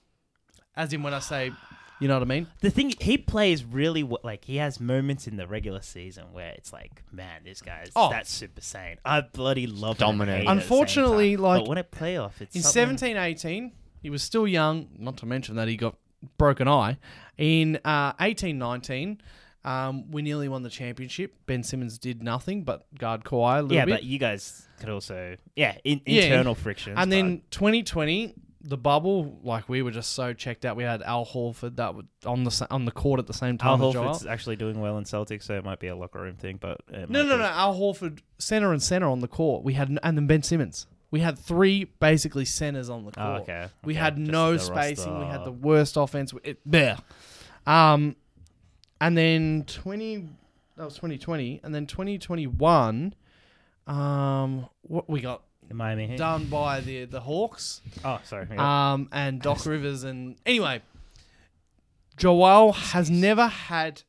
Speaker 1: As in when I say you know what I mean?
Speaker 2: the thing he plays really well, like he has moments in the regular season where it's like, man, this guy's
Speaker 1: Oh.
Speaker 2: that's super sane. I bloody love
Speaker 3: Dominant.
Speaker 2: dominating.
Speaker 1: Unfortunately, like,
Speaker 2: but when it playoff, it's
Speaker 1: In
Speaker 2: something-
Speaker 1: seventeen eighteen, he was still young, not to mention that he got broken eye. In uh, eighteen nineteen, um, we nearly won the championship. Ben Simmons did nothing but guard Kawhi a little
Speaker 2: Yeah,
Speaker 1: bit.
Speaker 2: but you guys could also yeah, in,
Speaker 1: Yeah.
Speaker 2: internal friction.
Speaker 1: and then 2020, the bubble, like we were just so checked out. We had Al Horford that was on the sa- on the court at the same
Speaker 2: Al
Speaker 1: time. as Joel.
Speaker 2: Horford's actually doing well in Celtics, so it might be a locker room thing. But it
Speaker 1: No,
Speaker 2: might
Speaker 1: no,
Speaker 2: be-
Speaker 1: no. Al Horford, center and center on the court. We had n- and then Ben Simmons. We had three basically centers on the court.
Speaker 2: Oh, okay.
Speaker 1: We
Speaker 2: Okay,
Speaker 1: had
Speaker 2: just
Speaker 1: no
Speaker 2: the
Speaker 1: spacing. We
Speaker 2: roster.
Speaker 1: had the worst offense. It, bleh. Um, and then twenty. That was twenty twenty, and then twenty twenty one. Um, what we got
Speaker 2: Miami. Heat.
Speaker 1: done by the the Hawks.
Speaker 2: Oh, sorry. Yeah.
Speaker 1: Um, and Doc Rivers and anyway, Joel has never had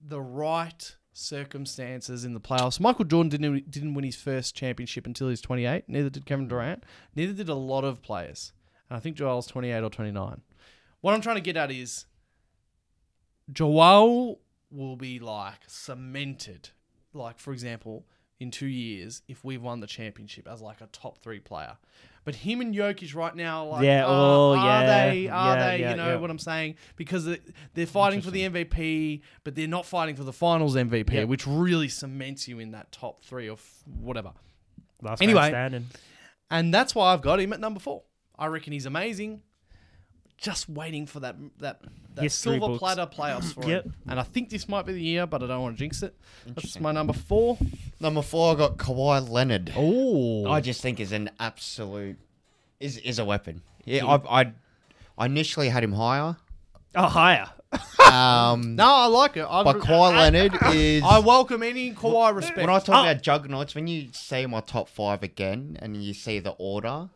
Speaker 1: the right circumstances in the playoffs. Michael Jordan didn't didn't win his first championship until he's 28. Neither did Kevin Durant. Neither did a lot of players. And I think Joel's 28 or 29. What I'm trying to get at is Joel will be like cemented. Like for example, in two years, if we've won the championship as like a top three player, but him and Jokic right now, are like,
Speaker 2: Yeah,
Speaker 1: are-
Speaker 2: oh,
Speaker 1: are
Speaker 2: yeah,
Speaker 1: they? Are
Speaker 2: yeah,
Speaker 1: they?
Speaker 2: yeah,
Speaker 1: you know
Speaker 2: yeah.
Speaker 1: what I'm saying? Because they- they're fighting for the MVP, but they're not fighting for the Finals MVP,
Speaker 2: Yeah.
Speaker 1: which really cements you in that top three or f- whatever.
Speaker 2: Last
Speaker 1: anyway.
Speaker 2: man standing.
Speaker 1: And that's why I've got him at number four. I reckon he's amazing. Just waiting for that that, that
Speaker 2: History
Speaker 1: silver
Speaker 2: books.
Speaker 1: platter playoffs for
Speaker 2: Yep.
Speaker 1: him. And I think this might be the year, but I don't want to jinx it. That's my number four.
Speaker 3: Number four, I got Kawhi Leonard.
Speaker 1: Oh,
Speaker 3: I just think is an absolute is is a weapon. Yeah, I, I I initially had him higher.
Speaker 2: Oh, higher.
Speaker 3: Um,
Speaker 1: no, I like it. I,
Speaker 3: but Kawhi Leonard is.
Speaker 1: I welcome any Kawhi respect.
Speaker 3: when I talk
Speaker 2: Oh.
Speaker 3: about juggernauts, when you say my top five again and you see the order,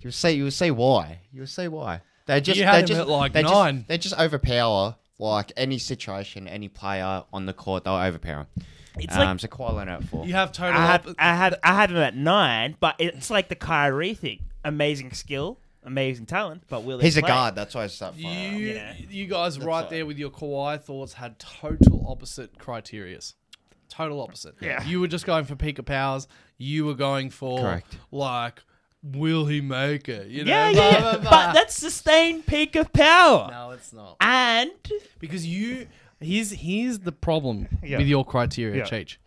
Speaker 3: you'll say you'll say why. You'll say why. They just
Speaker 1: You had
Speaker 3: they
Speaker 1: him
Speaker 3: just
Speaker 1: at, like,
Speaker 3: they just-
Speaker 1: nine.
Speaker 3: they just overpower like any situation, any player on the court. They'll overpower.
Speaker 2: It's
Speaker 3: um,
Speaker 2: like
Speaker 3: so Kawhi Leonard at four.
Speaker 1: you have total.
Speaker 2: I had,
Speaker 1: op-
Speaker 2: I had I had him at nine, but it's like the Kyrie thing. Amazing skill, amazing talent, but will he
Speaker 3: He's a
Speaker 2: play?
Speaker 3: guard. That's why I start.
Speaker 1: you,
Speaker 3: five.
Speaker 2: yeah.
Speaker 1: you guys right
Speaker 3: right.
Speaker 1: there with your Kawhi thoughts had total opposite criterias. Total opposite.
Speaker 2: Yeah.
Speaker 1: You were just going for peak of powers. You were going for
Speaker 3: Correct.
Speaker 1: like, will he make it? You know,
Speaker 2: Yeah,
Speaker 1: blah,
Speaker 2: yeah, yeah.
Speaker 1: blah, blah.
Speaker 2: but that's sustained peak of power.
Speaker 1: no, it's not
Speaker 2: And
Speaker 1: because you. Here's here's the problem
Speaker 2: Yeah.
Speaker 1: with your criteria,
Speaker 2: Yeah.
Speaker 1: Cheech.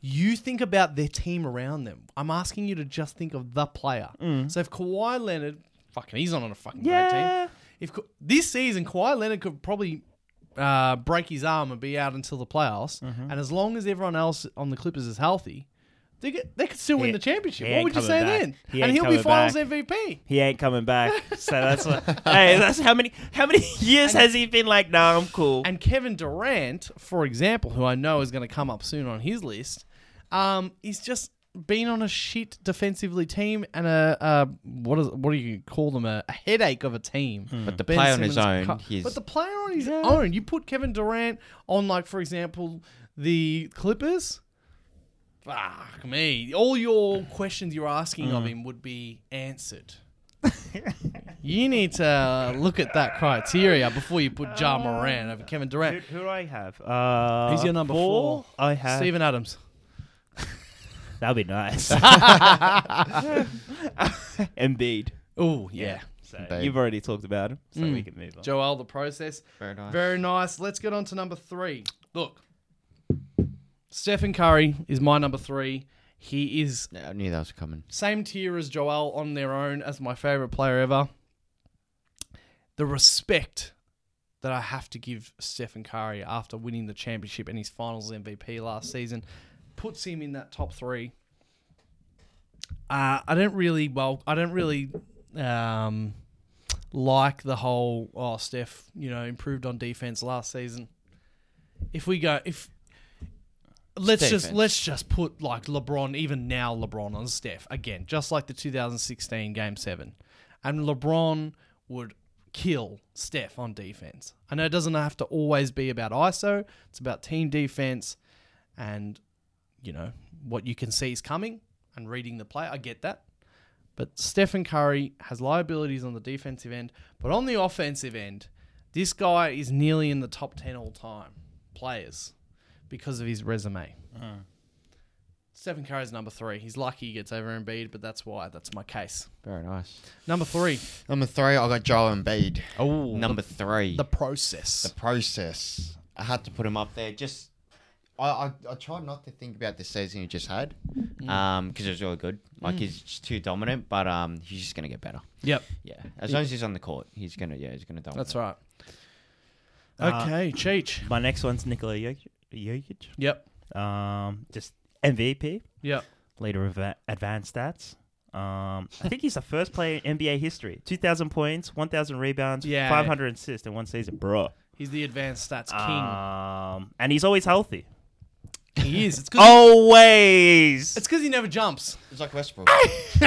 Speaker 1: You think about their team around them. I'm asking you to just think of the player. So if Kawhi Leonard, fucking, he's not on a fucking great team.
Speaker 2: Mm. yeah,
Speaker 1: If Ka- this season Kawhi Leonard could probably uh,
Speaker 2: Mm-hmm.
Speaker 1: break his arm and be out until the playoffs, and as long as everyone else on the Clippers is healthy, They, could, they could still win
Speaker 2: Yeah.
Speaker 1: the championship.
Speaker 2: He
Speaker 1: what
Speaker 2: ain't
Speaker 1: would you say
Speaker 2: coming back.
Speaker 1: then?
Speaker 2: He
Speaker 1: and
Speaker 2: ain't
Speaker 1: he'll be
Speaker 2: coming
Speaker 1: finals
Speaker 2: back.
Speaker 1: MVP.
Speaker 2: He ain't coming back. So
Speaker 1: [LAUGHS]
Speaker 2: that's what, hey, that's how many how many [LAUGHS] years has he been like? Nah, I'm cool.
Speaker 1: And Kevin Durant, for example, who I know is going to come up soon on his list, um, he's just been on a shit defensively team and a, a what is what do you call them a, a headache of a team. But
Speaker 5: the player on his own, he's-
Speaker 1: but the player on his own, you put Kevin Durant on like for example the Clippers. Fuck me! All your questions you're asking of
Speaker 5: Hmm.
Speaker 1: him would be answered. [LAUGHS] You need to look at that criteria before you put Ja Moran over Kevin Durant.
Speaker 2: who do I have? Uh,
Speaker 1: Who's your number four?
Speaker 2: I have.
Speaker 1: Stephen Adams.
Speaker 2: That'd be
Speaker 3: [LAUGHS]
Speaker 2: nice. [LAUGHS] Embiid.
Speaker 1: Oh yeah.
Speaker 2: So you've already talked about him, so
Speaker 1: Mm.
Speaker 2: we can move on.
Speaker 1: Joel, the process.
Speaker 5: Very nice.
Speaker 1: Very nice. Let's get on to number three. Look, Stephen Curry is my number three. He is
Speaker 5: Yeah, I knew that was coming.
Speaker 1: same tier as Joel on their own as my favorite player ever. The respect that I have to give Stephen Curry after winning the championship and his finals MVP last season puts him in that top three. Uh, I don't really, well, I don't really um, like the whole, oh, Steph, you know, improved on defense last season. If we go, if Let's just
Speaker 5: Defense.
Speaker 1: let's just put like LeBron, even now LeBron on Steph again, just like the 2016 Game Seven, and LeBron would kill Steph on defense. I know it doesn't have to always be about ISO; it's about team defense, and you know what you can see is coming and reading the play. I get that, but Stephen Curry has liabilities on the defensive end, but on the offensive end, this guy is nearly in the top ten all time players because of his resume. Stephen Curry's number three. He's lucky he gets over Embiid, but that's why. That's my case.
Speaker 5: Very nice.
Speaker 1: Number three.
Speaker 3: Number three, I got Joel Embiid.
Speaker 1: Oh,
Speaker 5: Number three.
Speaker 1: the process.
Speaker 3: Process.
Speaker 5: I had to put him up there. Just
Speaker 3: I, I, I tried not to think about the season he just had.
Speaker 1: Mm.
Speaker 5: um because it was really good. Like he's just too dominant, but um he's just gonna get better.
Speaker 1: Yep,
Speaker 5: Yeah, as long as he's on the court, he's gonna yeah he's gonna dominate.
Speaker 1: that's right.
Speaker 2: Uh,
Speaker 1: okay, Cheech.
Speaker 2: My next one's Nikola Jokic. Jokic.
Speaker 1: Yep,
Speaker 2: Um, just MVP,
Speaker 1: yep.
Speaker 2: leader of a- advanced stats. Um, I think he's the first player in NBA history. 2,000 points, 1,000 rebounds,
Speaker 1: Yeah.
Speaker 2: 500 assists in one season. Bro.
Speaker 1: He's the advanced stats king.
Speaker 2: Um, and he's always healthy.
Speaker 1: he is. It's because
Speaker 2: Always.
Speaker 1: it's because he never jumps.
Speaker 3: It's like Westbrook.
Speaker 1: He's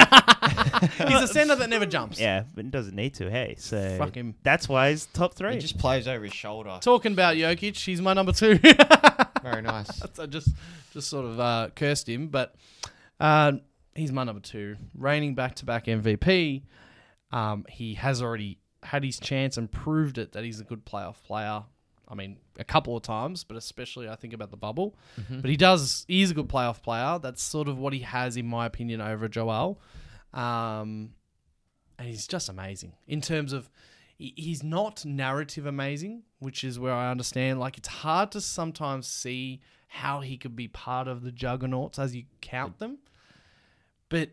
Speaker 1: a center that never jumps.
Speaker 2: yeah, but it doesn't need to. Hey, so
Speaker 1: Fuck him.
Speaker 2: that's why he's top
Speaker 3: he
Speaker 2: three.
Speaker 3: just plays over his shoulder.
Speaker 1: Talking about Jokic, he's my number two. [LAUGHS]
Speaker 3: Very nice.
Speaker 1: I just just sort of uh, cursed him, but uh, he's my number two, reigning back to back MVP. Um, he has already had his chance and proved it that he's a good playoff player. I mean, a couple of times, but especially I think about the bubble. But he does, he's a good playoff player. That's sort of what he has, in my opinion, over Joel. Um, and he's just amazing in terms of he- he's not narrative amazing which is where i understand like it's hard to sometimes see how he could be part of the juggernauts as you count them but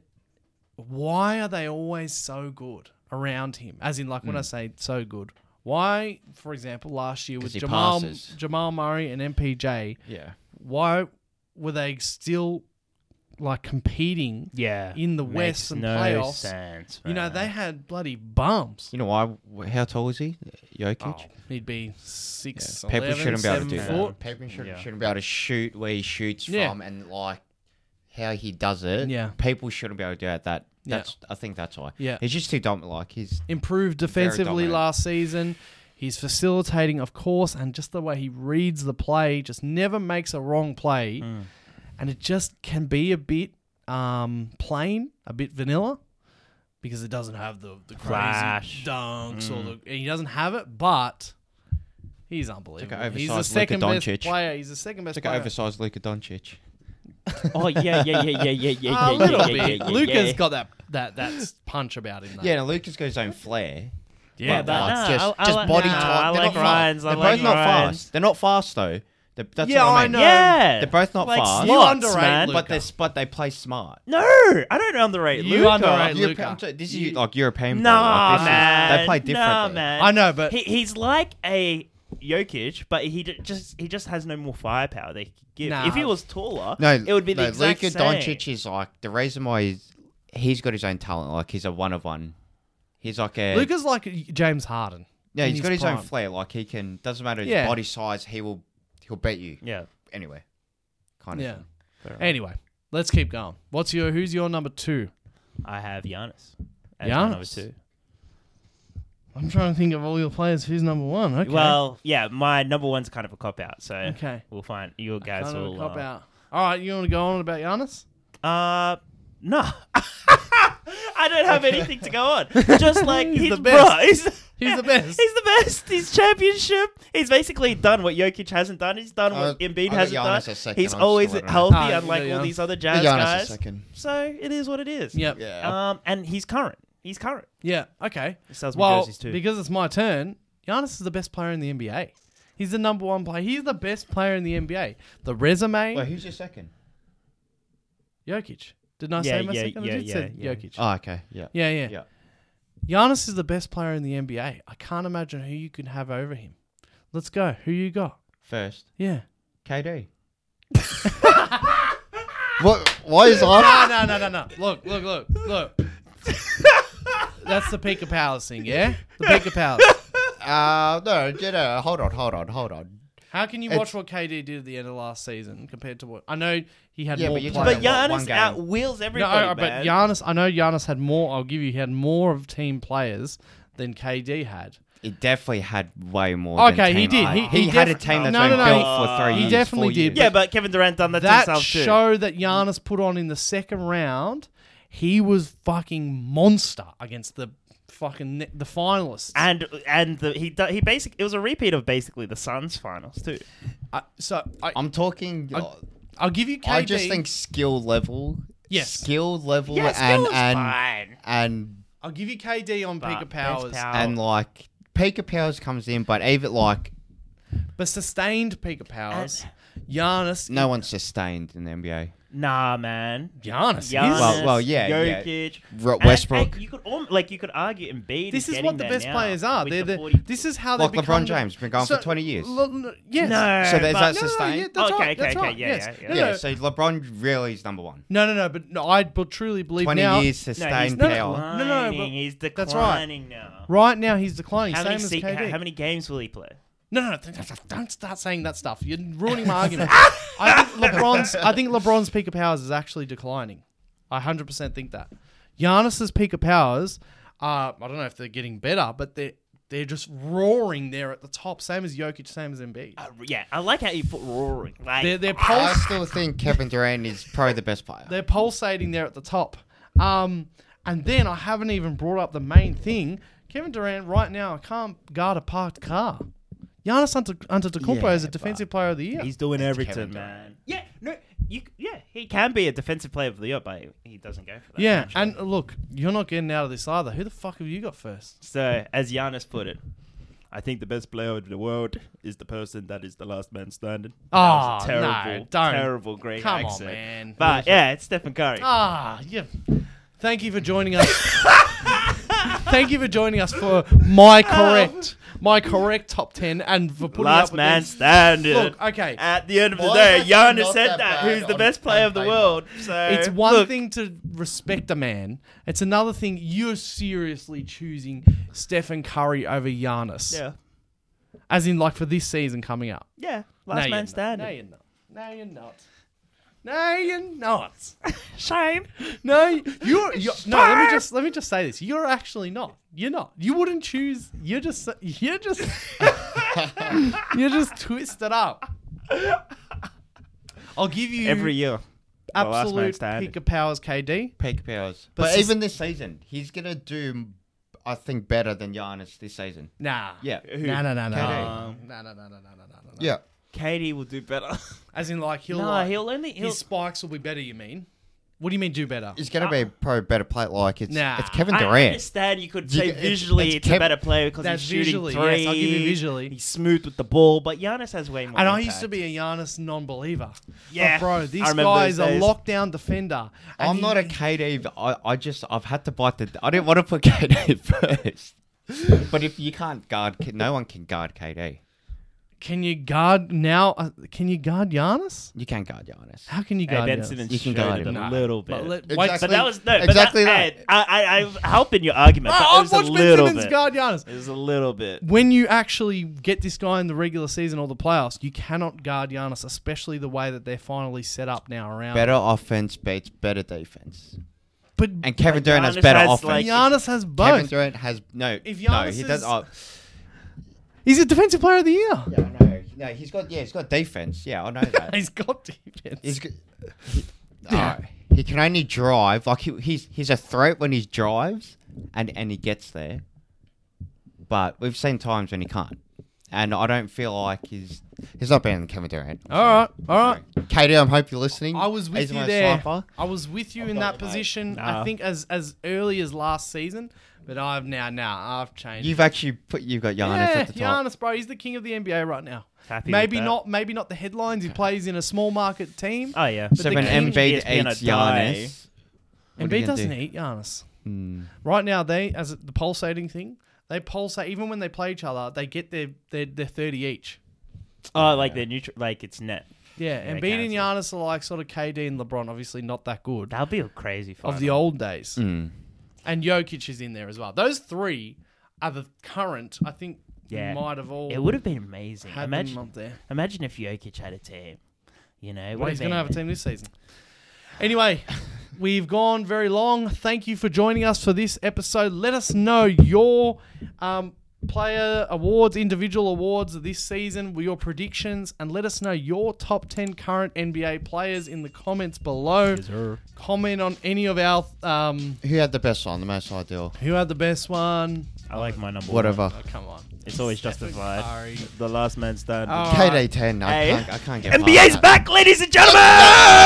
Speaker 1: why are they always so good around him as in like when
Speaker 5: Hmm.
Speaker 1: i say so good why for example last year with
Speaker 5: 'Cause he
Speaker 1: jamal
Speaker 5: passes.
Speaker 1: jamal murray and mpj
Speaker 5: [LAUGHS] Yeah,
Speaker 1: why were they still like competing
Speaker 2: yeah.
Speaker 1: in the West
Speaker 2: Makes
Speaker 1: and
Speaker 2: no
Speaker 1: playoffs,
Speaker 2: sense,
Speaker 1: you know
Speaker 2: man.
Speaker 1: they had bloody bums
Speaker 5: you know why? Wh- How tall is he?
Speaker 1: Oh,
Speaker 5: Jokic.
Speaker 1: he'd be six.
Speaker 5: Yeah, Pep
Speaker 1: eleven,
Speaker 5: shouldn't be able to
Speaker 1: seven
Speaker 5: do that.
Speaker 1: foot.
Speaker 3: Peyton should,
Speaker 2: Yeah.
Speaker 3: shouldn't be able to shoot where he shoots
Speaker 1: Yeah.
Speaker 3: from and like how he does it.
Speaker 1: Yeah.
Speaker 5: People shouldn't be able to do that. That
Speaker 1: Yeah.
Speaker 5: that's I think that's why.
Speaker 1: Yeah.
Speaker 5: he's just too dominant. Like he's
Speaker 1: Improved defensively
Speaker 5: dominant.
Speaker 1: last season. He's facilitating, of course, and just the way he reads the play, just never makes a wrong play,
Speaker 5: Hmm.
Speaker 1: and it just can be a bit um, plain, a bit vanilla, because it doesn't have the the crazy
Speaker 2: Flash.
Speaker 1: dunks or the he doesn't have it, but he's unbelievable.
Speaker 5: It's like Hmm. an
Speaker 1: he's the
Speaker 5: oversized
Speaker 1: second
Speaker 5: Luka
Speaker 1: best
Speaker 5: Doncic.
Speaker 1: player. He's the second best
Speaker 5: like an
Speaker 1: player.
Speaker 5: oversized Luka Doncic.
Speaker 2: Oh yeah, yeah, yeah, yeah, yeah, yeah,
Speaker 1: [LAUGHS]
Speaker 2: yeah.
Speaker 1: a little
Speaker 2: yeah,
Speaker 1: bit.
Speaker 2: Yeah, yeah,
Speaker 1: Luca's
Speaker 2: yeah.
Speaker 1: got that that
Speaker 2: [LAUGHS]
Speaker 1: that punch about him. Though.
Speaker 5: Yeah, now Luka's got his own flair.
Speaker 2: Yeah, but
Speaker 3: Like,
Speaker 2: nah,
Speaker 3: just,
Speaker 2: I, I
Speaker 3: just
Speaker 2: like,
Speaker 3: body
Speaker 2: nah,
Speaker 3: type.
Speaker 2: I
Speaker 3: They're
Speaker 2: like
Speaker 3: not fast.
Speaker 2: Ryan's. I
Speaker 3: They're
Speaker 2: like
Speaker 3: both not
Speaker 2: Ryan's.
Speaker 3: fast. They're not fast though. They're, that's
Speaker 1: Yeah,
Speaker 3: what I,
Speaker 1: I
Speaker 3: mean.
Speaker 1: know.
Speaker 2: Yeah,
Speaker 5: They're both not
Speaker 2: like
Speaker 5: fast.
Speaker 1: You
Speaker 2: slots,
Speaker 1: underrate
Speaker 2: man.
Speaker 1: Luke.
Speaker 5: But they but they play smart.
Speaker 2: No, I don't underrate
Speaker 1: You
Speaker 2: Luca.
Speaker 1: underrate Luka.
Speaker 5: Europe- I'm sorry, this is like European.
Speaker 2: Nah,
Speaker 5: ball, like, this is-
Speaker 2: man.
Speaker 5: they play
Speaker 2: Nah,
Speaker 5: differently.
Speaker 2: man.
Speaker 1: I know, but
Speaker 2: He, he's like a Jokic, but he d- just he just has no more firepower they could give.
Speaker 1: Nah.
Speaker 2: If he was taller,
Speaker 3: No,
Speaker 2: it would be the
Speaker 3: no,
Speaker 2: exact
Speaker 3: Luka
Speaker 2: same.
Speaker 3: Doncic is like the reason why he's, he's got his own talent. Like he's a one of one. He's like a
Speaker 1: Luca's like James Harden.
Speaker 3: yeah.
Speaker 1: in
Speaker 3: He's got his own
Speaker 1: prime.
Speaker 3: flair. Like he can doesn't matter his
Speaker 1: Yeah.
Speaker 3: body size. He will he'll bet you
Speaker 2: Yeah,
Speaker 3: anyway. Kind of.
Speaker 1: Yeah.
Speaker 3: thing.
Speaker 1: Anyway, let's keep going. What's your who's your number two?
Speaker 2: I have Giannis. As my number
Speaker 1: Giannis?
Speaker 2: two.
Speaker 1: I'm trying to think of all your players. Who's number one? Okay.
Speaker 2: Well, yeah, my number one's kind of a cop out, so
Speaker 1: Okay.
Speaker 2: we'll find you
Speaker 1: kind
Speaker 2: guys
Speaker 1: of
Speaker 2: will
Speaker 1: a cop
Speaker 2: uh,
Speaker 1: out. All right, you want to go on about Giannis?
Speaker 2: Uh, no. [LAUGHS] I don't have anything to go
Speaker 3: [LAUGHS]
Speaker 2: on. Just like he's,
Speaker 1: the
Speaker 2: bro,
Speaker 1: best.
Speaker 2: he's,
Speaker 1: He's the best.
Speaker 2: [LAUGHS] He's the best. He's championship. He's basically done what Jokic hasn't done. He's done
Speaker 3: Uh,
Speaker 2: what Embiid
Speaker 3: I got
Speaker 2: hasn't
Speaker 3: Giannis
Speaker 2: done.
Speaker 3: as second.
Speaker 2: He's
Speaker 3: I'm just
Speaker 2: always
Speaker 3: letting it-
Speaker 2: healthy,
Speaker 1: Ah, you
Speaker 2: unlike
Speaker 1: got
Speaker 2: all
Speaker 1: Giannis.
Speaker 2: these other
Speaker 3: Yeah,
Speaker 2: Jazz
Speaker 3: Giannis is
Speaker 2: guys.
Speaker 3: second.
Speaker 2: So it is what it is.
Speaker 1: Yep. Yeah.
Speaker 3: Yeah.
Speaker 2: Um, and he's current. He's current.
Speaker 1: Yeah. Okay.
Speaker 2: He sells me
Speaker 1: Well,
Speaker 2: jerseys too.
Speaker 1: because it's my turn, Giannis is the best player in the NBA. He's the number one player. He's the best player in the NBA. The resume,
Speaker 3: Wait, who's your second?
Speaker 1: Jokic. Didn't I
Speaker 2: Yeah,
Speaker 1: say my
Speaker 2: yeah,
Speaker 1: second? I
Speaker 2: yeah,
Speaker 1: did
Speaker 2: yeah,
Speaker 1: say
Speaker 2: yeah.
Speaker 1: Jokic.
Speaker 3: Oh, okay. Yeah.
Speaker 1: yeah, yeah,
Speaker 3: Yeah.
Speaker 1: Giannis is the best player in the NBA. I can't imagine who you can have over him. Let's go. Who you got?
Speaker 3: First,
Speaker 1: Yeah.
Speaker 2: [LAUGHS]
Speaker 3: KD. what? Why is that?
Speaker 1: No, no, no, no. Look, look, look, look. [LAUGHS] That's the peak of powers thing, yeah? The peak of powers.
Speaker 3: Uh, no, you know, hold on, hold on, hold on.
Speaker 1: How can you watch what KD did at the end of last season compared to what I know he had
Speaker 3: Yeah,
Speaker 1: more
Speaker 3: but you're
Speaker 1: players.
Speaker 2: but
Speaker 3: talking about one
Speaker 2: Giannis
Speaker 3: game.
Speaker 2: outwheels
Speaker 1: no,
Speaker 2: everybody,
Speaker 1: I- but
Speaker 2: man.
Speaker 1: Giannis, I know Giannis had more. I'll give you, he had more of team players than KD had.
Speaker 3: It definitely had way more.
Speaker 1: Okay,
Speaker 3: than
Speaker 1: he
Speaker 3: team
Speaker 1: did.
Speaker 3: I.
Speaker 1: He- he
Speaker 3: had a
Speaker 1: def-
Speaker 3: team that's
Speaker 1: no,
Speaker 3: been
Speaker 1: no, no,
Speaker 3: built
Speaker 2: he-
Speaker 3: for three
Speaker 2: he
Speaker 3: years.
Speaker 1: definitely
Speaker 3: four
Speaker 1: did,
Speaker 3: years.
Speaker 1: but
Speaker 2: yeah, but Kevin Durant done that, to
Speaker 1: That
Speaker 2: himself too.
Speaker 1: show that Giannis put on in the second round, he was fucking monster against the fucking ne- the finalists.
Speaker 2: and and the, he do- he basic it was a repeat of basically the Suns finals too.
Speaker 1: I- so I,
Speaker 3: I'm talking.
Speaker 1: I-
Speaker 3: uh,
Speaker 1: I'll give you KD.
Speaker 3: Um, I just think skill level.
Speaker 1: Yes.
Speaker 3: Skill level
Speaker 2: Yeah,
Speaker 3: and
Speaker 2: skill is
Speaker 3: and
Speaker 2: fine.
Speaker 3: and
Speaker 1: I'll give you KD on
Speaker 2: But
Speaker 1: peak of
Speaker 2: best
Speaker 1: powers,
Speaker 2: power-
Speaker 3: and like Pika Powers comes in, but even like
Speaker 1: but sustained peak of powers.
Speaker 2: Uh,
Speaker 1: Giannis,
Speaker 3: no one's sustained in the NBA.
Speaker 2: Nah, man.
Speaker 1: Giannis, he's-
Speaker 2: Giannis,
Speaker 3: Well, well, yeah, yeah.
Speaker 2: Jokic,
Speaker 3: Ro-
Speaker 2: And-
Speaker 3: Westbrook.
Speaker 2: and you could al- like you could argue Embiid.
Speaker 1: This
Speaker 2: is,
Speaker 1: is
Speaker 2: getting
Speaker 1: what the
Speaker 2: there
Speaker 1: best
Speaker 2: now
Speaker 1: players are.
Speaker 2: with
Speaker 1: They're
Speaker 2: the
Speaker 1: the,
Speaker 2: 40
Speaker 1: this is how
Speaker 3: Like
Speaker 1: they become
Speaker 3: LeBron
Speaker 1: the-
Speaker 3: James, been going for 20 years.
Speaker 1: Lo- lo- yes.
Speaker 2: No,
Speaker 3: So there's
Speaker 1: No,
Speaker 2: but-
Speaker 3: that
Speaker 1: no, no,
Speaker 3: sustain?
Speaker 1: yeah, that's
Speaker 2: Okay,
Speaker 1: right,
Speaker 2: okay,
Speaker 1: that's
Speaker 2: okay,
Speaker 1: right,
Speaker 2: yeah,
Speaker 1: yes.
Speaker 2: yeah,
Speaker 1: No,
Speaker 3: yeah,
Speaker 1: no.
Speaker 3: so LeBron really is number one.
Speaker 1: No, no, no, but no, I but truly believe
Speaker 3: Twenty
Speaker 1: now.
Speaker 3: years
Speaker 2: No,
Speaker 3: sustained
Speaker 2: he's
Speaker 1: no, no,
Speaker 3: power.
Speaker 1: no, no,
Speaker 2: declining.
Speaker 1: but-
Speaker 2: he's
Speaker 1: that's right.
Speaker 2: declining now.
Speaker 1: Right now, he's declining,
Speaker 2: How
Speaker 1: same
Speaker 2: many,
Speaker 1: as
Speaker 2: se-
Speaker 1: KD.
Speaker 2: how, how many games will he play?
Speaker 1: No, no, no, don't- don't- don't start saying that stuff. You're ruining my argument. I think LeBron's I think LeBron's peak of powers is actually declining. I 100% think that. Giannis's peak of powers are I don't know if they're getting better, but they are they're just roaring there at the top, same as Jokic, same as Embiid.
Speaker 2: Uh, yeah, I like how you put roaring. Like
Speaker 1: They're they're
Speaker 3: I
Speaker 1: pulse,
Speaker 3: still think Kevin Durant is probably the best player.
Speaker 1: they're pulsating there at the top. Um, and then I haven't even brought up the main thing. Kevin Durant right now can't guard a parked car. Giannis Ante- Antetokounmpo
Speaker 3: Yeah,
Speaker 1: is a defensive player of the year.
Speaker 2: he's doing everything,
Speaker 3: Kevin
Speaker 2: man. Yeah, no, you yeah he can be a defensive player of the year, but he doesn't go for that.
Speaker 1: Yeah,
Speaker 2: naturally.
Speaker 1: and look, you're not getting out of this either. Who the fuck have you got first?
Speaker 2: So, as Giannis put it, I think the best player in the world is the person that is the last man standing. That was a
Speaker 1: Oh,
Speaker 2: terrible,
Speaker 1: no, don't.
Speaker 2: terrible great
Speaker 1: Come on,
Speaker 2: accent.
Speaker 1: man.
Speaker 2: But yeah, it's Stephen Curry. [LAUGHS]
Speaker 1: Ah, yeah. Thank you for joining us. Thank you for joining us for
Speaker 2: [LAUGHS]
Speaker 1: my correct, my correct top ten, and for putting
Speaker 2: last
Speaker 1: up
Speaker 2: man
Speaker 1: against-
Speaker 2: standing.
Speaker 1: Look, okay.
Speaker 2: At the end of the
Speaker 3: Why
Speaker 2: day,
Speaker 3: is that
Speaker 2: Giannis
Speaker 3: not
Speaker 2: said
Speaker 3: that
Speaker 2: that.
Speaker 3: bad
Speaker 2: Who's the
Speaker 3: on-
Speaker 2: best player
Speaker 3: on
Speaker 2: of the
Speaker 3: paper?
Speaker 2: world? So
Speaker 1: It's one
Speaker 2: look,
Speaker 1: thing to respect a man. It's another thing you're seriously choosing Stephen Curry over Giannis,
Speaker 2: Yeah,
Speaker 1: as in like for this season coming up.
Speaker 2: yeah.
Speaker 1: No,
Speaker 2: Last
Speaker 1: you're
Speaker 2: man
Speaker 1: not.
Speaker 2: standing.
Speaker 1: No, you're not. No, you're not. No, you're not.
Speaker 2: Shame.
Speaker 1: No, you're, you're no. Let me just let me just say this. You're actually not. You're not. You wouldn't choose. You're just. You're just. [LAUGHS] you're just twisted up. I'll give you
Speaker 2: Every year, the last man
Speaker 1: absolute
Speaker 2: standing.
Speaker 1: peak of powers, KD.
Speaker 3: Peak powers.
Speaker 1: But
Speaker 3: But,
Speaker 1: sus-
Speaker 3: even this season, he's gonna do, I think, better than Giannis this season.
Speaker 1: Nah.
Speaker 3: Yeah.
Speaker 1: No, no, no, no. No,
Speaker 2: KD.
Speaker 1: no, no, no, no, no, no.
Speaker 3: Yeah.
Speaker 2: Um, Katie will do better.
Speaker 1: As in, like he'll.
Speaker 2: no,
Speaker 1: like,
Speaker 2: he'll only he'll.
Speaker 1: his spikes will be better. You mean? What do you mean do better?
Speaker 3: He's gonna be probably a better player. Like it's
Speaker 1: Uh, Nah.
Speaker 3: it's Kevin
Speaker 2: I
Speaker 3: Durant.
Speaker 2: understand you could
Speaker 3: You
Speaker 2: say
Speaker 3: get- it's-
Speaker 2: visually it's,
Speaker 3: it's
Speaker 2: a
Speaker 3: Kev-
Speaker 2: better player because
Speaker 1: That's
Speaker 2: he's shooting
Speaker 1: visually,
Speaker 2: threes.
Speaker 1: yes, I'll give you visually.
Speaker 2: He's smooth with the ball, but Giannis has way more.
Speaker 1: And I
Speaker 2: impact.
Speaker 1: used to be a Giannis non-believer.
Speaker 2: Yeah,
Speaker 1: but bro,
Speaker 2: I
Speaker 1: this
Speaker 2: remember
Speaker 1: guy
Speaker 2: those
Speaker 1: is a
Speaker 2: days.
Speaker 1: lockdown defender. and
Speaker 3: I'm
Speaker 1: he-
Speaker 3: not a KD. but I, I just I've had to bite the. I didn't want to [LAUGHS] put KD first. But if you can't guard, K- no one can guard KD.
Speaker 1: Can you guard now? Uh, can you guard Giannis?
Speaker 3: You can't guard Giannis.
Speaker 1: How can you
Speaker 2: Hey,
Speaker 1: guard
Speaker 2: Ben
Speaker 1: Giannis?
Speaker 2: Simmons
Speaker 3: You can
Speaker 2: showed
Speaker 3: guide
Speaker 2: it
Speaker 3: him.
Speaker 2: a
Speaker 1: Nah.
Speaker 2: little bit.
Speaker 1: But let-
Speaker 3: Exactly.
Speaker 1: why-
Speaker 2: but that was no. But
Speaker 3: Exactly
Speaker 2: that,
Speaker 3: that.
Speaker 2: I, I, I'm helping your argument. But
Speaker 1: I-
Speaker 2: it
Speaker 1: Oh, I've
Speaker 2: was a
Speaker 1: watched Ben
Speaker 2: little
Speaker 1: Simmons
Speaker 2: bit.
Speaker 1: guard Giannis.
Speaker 2: It was a little bit.
Speaker 1: When you actually get this guy in the regular season or the playoffs, you cannot guard Giannis, especially the way that they're finally set up now around.
Speaker 3: Better offense beats better defense.
Speaker 1: But
Speaker 3: And Kevin
Speaker 2: Like,
Speaker 3: Durant has
Speaker 2: Giannis
Speaker 3: better
Speaker 2: has,
Speaker 3: offense.
Speaker 2: like-
Speaker 1: Giannis has
Speaker 3: Kevin
Speaker 1: both.
Speaker 3: Durant has no.
Speaker 1: If
Speaker 3: no,
Speaker 1: Giannis
Speaker 3: he does.
Speaker 1: is-
Speaker 3: Oh,
Speaker 1: He's a defensive player of the year.
Speaker 3: yeah, I know. No, he's got. Yeah, he's got defense. Yeah, I know
Speaker 1: [LAUGHS]
Speaker 3: that.
Speaker 1: He's got defense.
Speaker 3: he's g- Oh, he can only drive. Like he, he's he's a threat when he drives, and and he gets there. But we've seen times when he can't, and I don't feel like he's he's not better than Kevin Durant.
Speaker 1: all right, all right.
Speaker 3: Katie, I hope you're listening.
Speaker 1: I was with
Speaker 3: He's
Speaker 1: you
Speaker 3: my
Speaker 1: there.
Speaker 3: sniper.
Speaker 1: I was with you
Speaker 3: I've
Speaker 1: in
Speaker 3: got
Speaker 1: that
Speaker 3: you, mate.
Speaker 1: position. I
Speaker 2: Nah.
Speaker 1: think as as early as last season, but I've now now I've changed.
Speaker 3: You've actually put you've got Giannis
Speaker 1: yeah,
Speaker 3: at the top.
Speaker 1: Giannis, bro, he's the king of the NBA right now.
Speaker 2: Happy with
Speaker 1: maybe
Speaker 2: that.
Speaker 1: not, maybe not the headlines. He plays in a small market team.
Speaker 2: Oh yeah.
Speaker 1: the
Speaker 3: Seven
Speaker 1: king-
Speaker 3: Embiid,
Speaker 2: ESPN
Speaker 3: eight
Speaker 2: are dying.
Speaker 3: Giannis.
Speaker 1: And
Speaker 3: What are
Speaker 1: B
Speaker 3: you gonna
Speaker 1: doesn't
Speaker 3: do?
Speaker 1: eat Giannis.
Speaker 3: Mm.
Speaker 1: Right now, they as the pulsating thing, they pulsate even when they play each other. They get their their, their thirty each.
Speaker 2: Oh, like they're neutral. Like it's net.
Speaker 1: Yeah,
Speaker 2: Yeah,
Speaker 1: and
Speaker 2: they
Speaker 1: Embiid and
Speaker 2: cancel.
Speaker 1: Giannis are like sort of KD and LeBron. Obviously, not that good
Speaker 2: That'll be a crazy final.
Speaker 1: of the old days.
Speaker 3: Mm.
Speaker 1: And Jokic is in there as well. Those three are the current. I think
Speaker 2: Yeah.
Speaker 1: we might have all
Speaker 2: It would have been amazing.
Speaker 1: had
Speaker 2: Imagine,
Speaker 1: them up there.
Speaker 2: imagine if Jokic had a team. You know, it
Speaker 1: Well,
Speaker 2: would've
Speaker 1: he's going to
Speaker 2: been-
Speaker 1: have a team this season. Anyway, we've gone very long. Thank you for joining us for this episode. Let us know your um, player awards, individual awards this season, your predictions, and let us know your top 10 current NBA players in the comments below. Comment on any of our. Um,
Speaker 3: Who had the best one? The most ideal.
Speaker 1: who had the best one?
Speaker 2: I like my number.
Speaker 3: Whatever.
Speaker 1: Oh, come on.
Speaker 2: One. It's always justified.
Speaker 1: Sorry.
Speaker 2: The last man standing.
Speaker 1: Oh.
Speaker 3: KD ten. I
Speaker 2: Hey.
Speaker 3: can't. I can't get. past
Speaker 2: NBA's
Speaker 3: that.
Speaker 2: back, ladies and gentlemen.